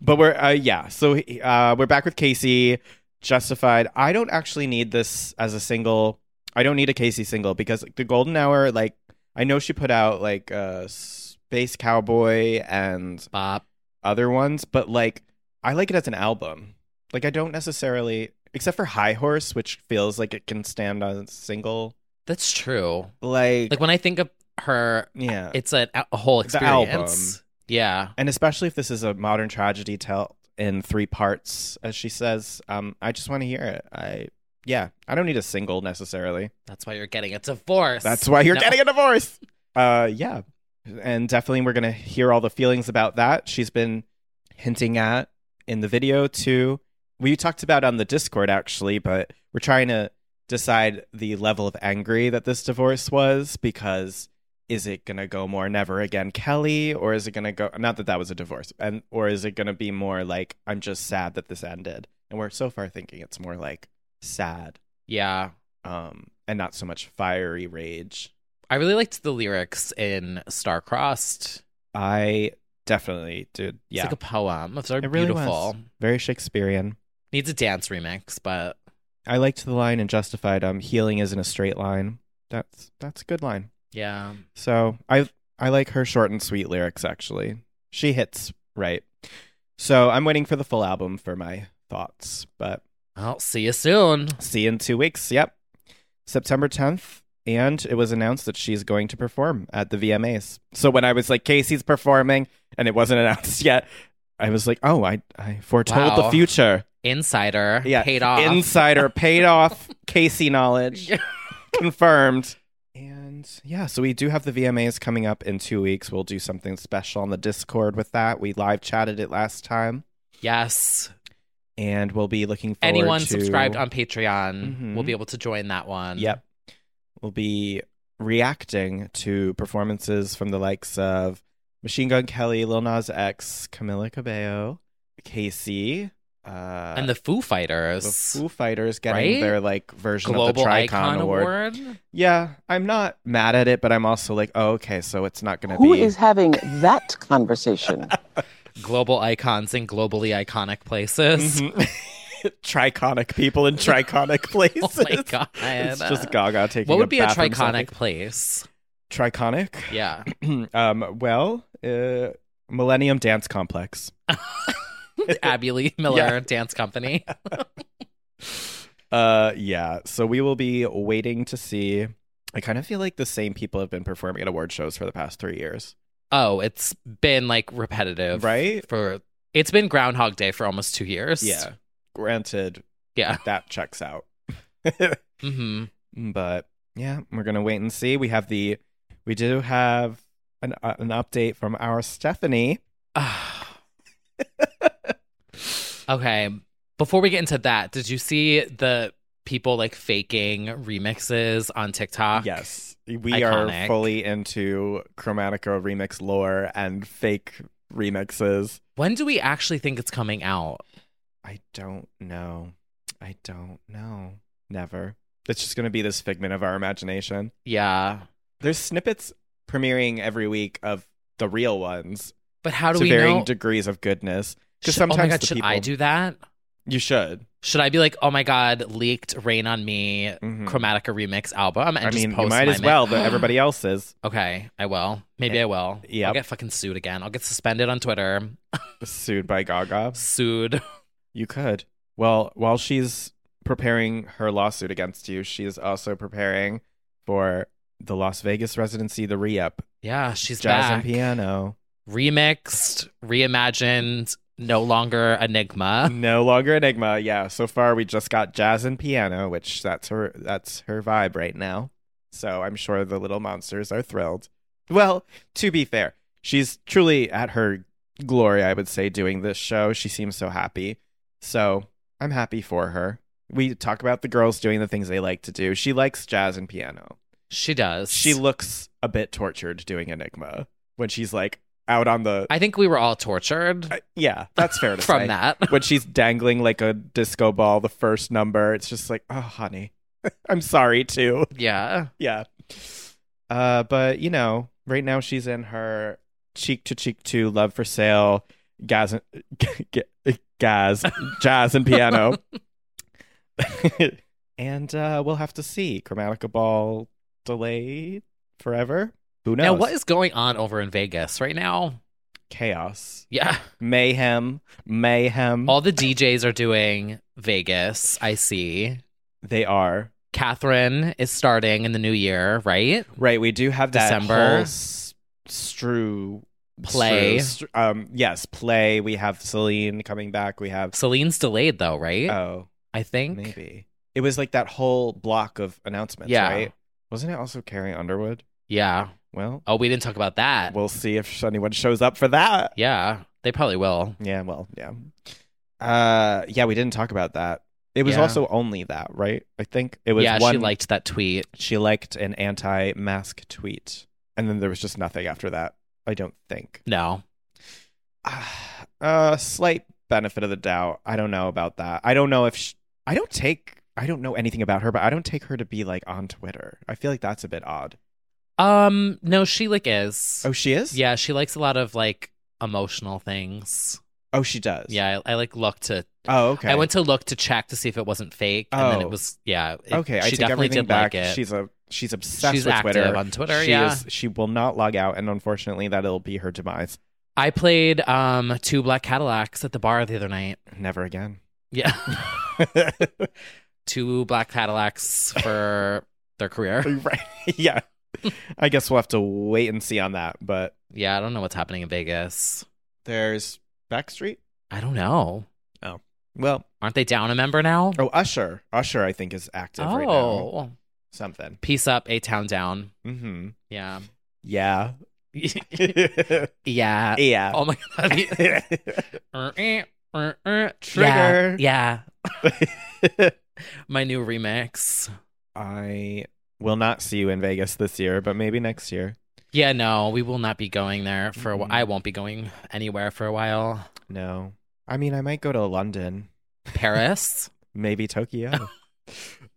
But we're uh, yeah, so uh, we're back with Casey. Justified. I don't actually need this as a single. I don't need a Casey single because the Golden Hour, like I know she put out like uh, Space Cowboy and Bop. other ones, but like I like it as an album. Like I don't necessarily, except for High Horse, which feels like it can stand on a single. That's true. Like, Like when I think of her, yeah, it's a, a whole The album. experience. Yeah. and especially if this is a modern tragedy tell in three parts, as she says. Um, I just want to hear it. I yeah, I don't need a single necessarily. That's why you're getting a divorce. That's why you're No. getting a divorce. Uh, yeah, and definitely we're gonna hear all the feelings about that. She's been hinting at in the video too. We talked about on the Discord actually, but we're trying to decide the level of angry that this divorce was because is it gonna go more never again Kelly or is it gonna go not that that was a divorce and or is it gonna be more like I'm just sad that this ended and we're so far thinking it's more like sad Yeah. um and not so much fiery rage I really liked the lyrics in Starcrossed. I definitely did. It's Yeah, like a poem. It's very It really was. beautiful. very Shakespearean. Needs a dance remix, but I liked the line in Justified. Um, healing isn't a straight line. That's that's a good line. yeah. So I I like her short and sweet lyrics. Actually, she hits right. So I'm waiting for the full album for my thoughts, but I'll see you soon. see you in two weeks. Yep, September 10th. And it was announced that she's going to perform at the VMAs. So when I was like, Casey's performing, and it wasn't announced yet, I was like, oh, I, I foretold the Wow. future. Insider. Yeah, Paid off. Insider paid off Casey knowledge. Ah. Yeah. Confirmed. And yeah, so we do have the VMAs coming up in two weeks. We'll do something special on the Discord with that. We live chatted it last time, yes. and we'll be looking forward Anyone to- subscribed on Patreon will Mhm. be able to join that one. Yep. We'll be reacting to performances from the likes of Machine Gun Kelly, Lil Nas X, Camila Cabello, Casey, uh, and the Foo Fighters the Foo Fighters getting Right? their like version of the Global Tricon Icon Award. Award. Yeah, I'm not mad at it, but I'm also like, oh, okay, so it's not going to Who be. is having that conversation? Global icons in globally iconic places. Mhm. triconic people in triconic places? Oh my god! It's just Gaga taking. What would be a bathroom triconic place? selfie. Triconic. Yeah, um. Well, uh, Millennium Dance Complex. Abby Lee Miller Dance Company. Uh, yeah. So we will be waiting to see. I kind of feel like the same people have been performing at award shows for the past three years. Oh, it's been like repetitive, Right? For it's been Groundhog Day for almost two years. Yeah. Granted, yeah. that checks out. hmm but yeah, we're gonna wait and see. We have the, we do have an uh, an update from our Stephanie. okay. Before we get into that, did you see the people like faking remixes on TikTok? Yes, we Iconic. are fully into Chromatica remix lore and fake remixes. When do we actually think it's coming out? I don't know. I don't know. Never. It's just gonna be this figment of our imagination. Yeah. There's snippets premiering every week of the real ones But how do to we varying know? degrees of goodness. Because Sh- oh my sometimes god, the should people I do that? you should. Should I be like, oh my god, leaked "Rain on Me" Mhm. Chromatica remix album? Mm-hmm. And I just mean, you post might my as mi- well, but everybody else is. Okay, I will. Maybe I will. Yep. I'll get fucking sued again. I'll get suspended on Twitter. sued by Gaga. Sued. You could. Well, while she's preparing her lawsuit against you, she is also preparing for the Las Vegas residency, the re-up, Yeah, she's jazz back. and piano. Remixed, reimagined, no longer Enigma. No longer Enigma. Yeah. So far, we just got jazz and piano, which that's her that's her vibe right now. So I'm sure the little monsters are thrilled. Well, to be fair, she's truly at her glory. I would say doing this show, she seems so happy. So I'm happy for her. We talk about the girls doing the things they like to do. She likes jazz and piano. She does. She looks a bit tortured doing Enigma when she's like out on the. I think we were all tortured Uh, yeah, that's fair to say from that. when she's dangling like a disco ball the first number it's just like oh honey i'm sorry too yeah. yeah uh but you know right now she's in her cheek to cheek to love for sale gas gas jazz and piano and uh we'll have to see chromatica ball delayed forever who knows Now, what is going on over in Vegas right now? chaos Yeah. mayhem mayhem All the DJs are doing Vegas, I see. they are Catherine is starting in the new year, right? Right, we do have that December. whole s- strew Play. strew- str- um, yes, play. We have Celine coming back. We have Celine's delayed though, right? oh, I think. maybe it was like that whole block of announcements. Yeah. right? wasn't it also Carrie Underwood? Yeah. Well, Oh, we didn't talk about that. we'll see if anyone shows up for that. yeah, they probably will. Yeah, well, yeah, uh, yeah. We didn't talk about that. It was Yeah. also only that, right? I think it was Yeah, one. she liked that tweet. she liked an anti-mask tweet, and then there was just nothing after that. I don't think. No. Ah, uh slight benefit of the doubt i don't know about that i don't know if sh i don't take i don't know anything about her but i don't take her to be like on twitter i feel like that's a bit odd Um, no, she like is. oh she is Yeah, she likes a lot of like emotional things. oh she does Yeah, I, I like look to. oh okay I went to look to check to see if it wasn't fake, and then Oh. it was. Yeah. it- okay i she take definitely everything did back like it. she's a she's obsessed She's with active twitter on Twitter. she yeah. is she will not log out and unfortunately that'll be her demise I played um two black Cadillacs at the bar the other night. never again Yeah, two black Cadillacs for their career. right yeah i guess we'll have to wait and see on that but Yeah, I don't know what's happening in Vegas. there's backstreet I don't know. well Aren't they down a member now? oh usher usher i think is active right now Oh. something. Peace up, A Town Down. Mm-hmm. Yeah. Yeah. Yeah. yeah. Oh my god. Trigger. Yeah. Trigger. yeah. My new remix. I will not see you in Vegas this year, but maybe next year. Yeah, no, we will not be going there for a while. Mhm. I won't be going anywhere for a while. No. I mean, I might go to London, Paris? maybe Tokyo.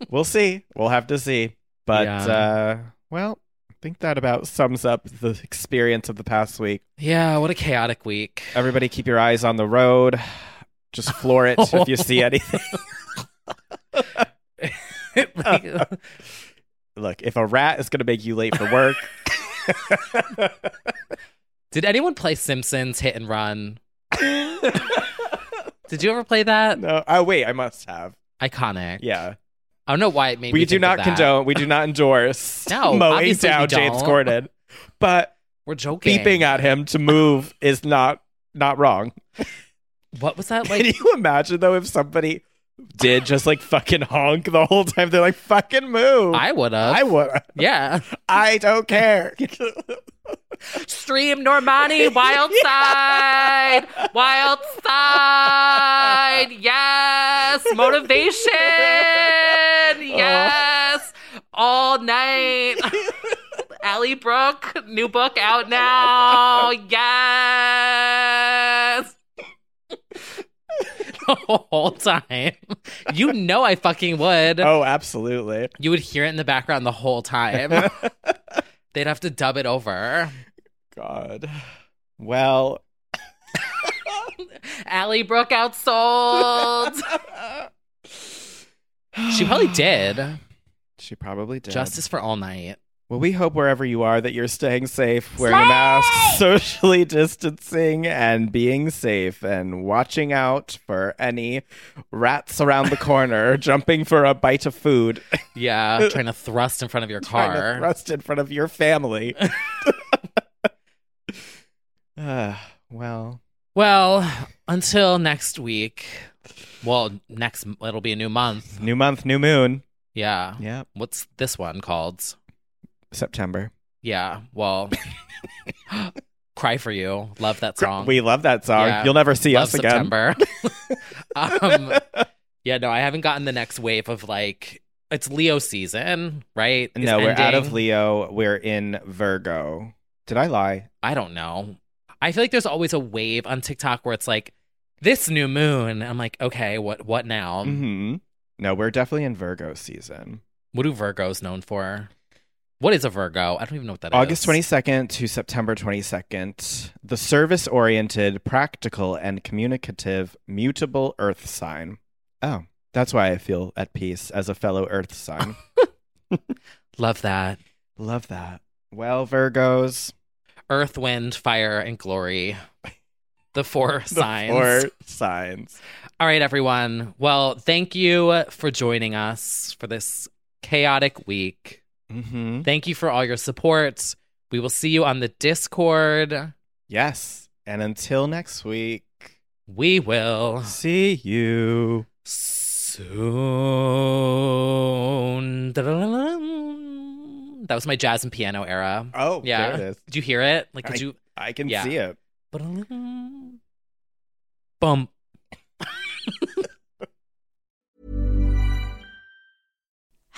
we'll see. We'll have to see. But Yeah. uh well, I think that about sums up the experience of the past week. yeah, what a chaotic week. Everybody keep your eyes on the road. Just floor it if you see anything. Like, Look, if a rat is going to make you late for work, Did anyone play Simpsons Hit and Run? Did you ever play that? No. Oh wait, I must have. Iconic. Yeah. I don't know why it made me We do think of not that. condone. We do not endorse. No, mowing obviously we down James don't. Corden, but We're joking. beeping at him to move is not not wrong. What was that Can like? you imagine though if somebody did just like fucking honk the whole time? They're like fucking move. I would have. I would. Yeah. I don't care. Stream Normani, Wild Side, Wild Side. Yes. Motivation. Yes. All night. Allie Brooke, new book out now. Yes. the whole time. You know I fucking would. oh, absolutely. You would hear it in the background the whole time. They'd have to dub it over. God. Well, Allie Brooke outsold. she probably did. she probably did. Justice for All Night. Well, we hope wherever you are that you're staying safe, wearing a mask, socially distancing, and being safe, and watching out for any rats around the corner jumping for a bite of food, Yeah, trying to thrust in front of your trying to car. thrust in front of your family. uh, well, Well, until next week. Well, next m- it'll be a new month. new month, new moon. Yeah. Yeah, What's this one called? September. Yeah. Well, cry for you. Love that song. We love that song. Yeah. You'll never see Love us again. September. um, yeah, no, I haven't gotten the next wave of like it's Leo season, right? It's No, we're out ending. of Leo. We're in Virgo. Did I lie? I don't know. I feel like there's always a wave on TikTok where it's like this new moon. I'm like, okay, what what now? hmm No, we're definitely in Virgo season. What do Virgos known for? What is a Virgo? I don't even know what that is. August 22nd to September 22nd. The service oriented, practical, and communicative mutable earth sign. Oh, that's why I feel at peace as a fellow earth sign. Love that. Love that. Well, Virgos, Earth, wind, fire, and glory. The four signs. or signs. All right, everyone. Well, thank you for joining us for this chaotic week. Mm-hmm. Thank you for all your support. We will see you on the Discord. Yes. And until next week, We will see you. soon. Da-da-da-dum. That was my jazz and piano era. Oh, yeah. there it is. Did you hear it? Like, did you? I can Yeah. see it. Ba-da-dum. Bump.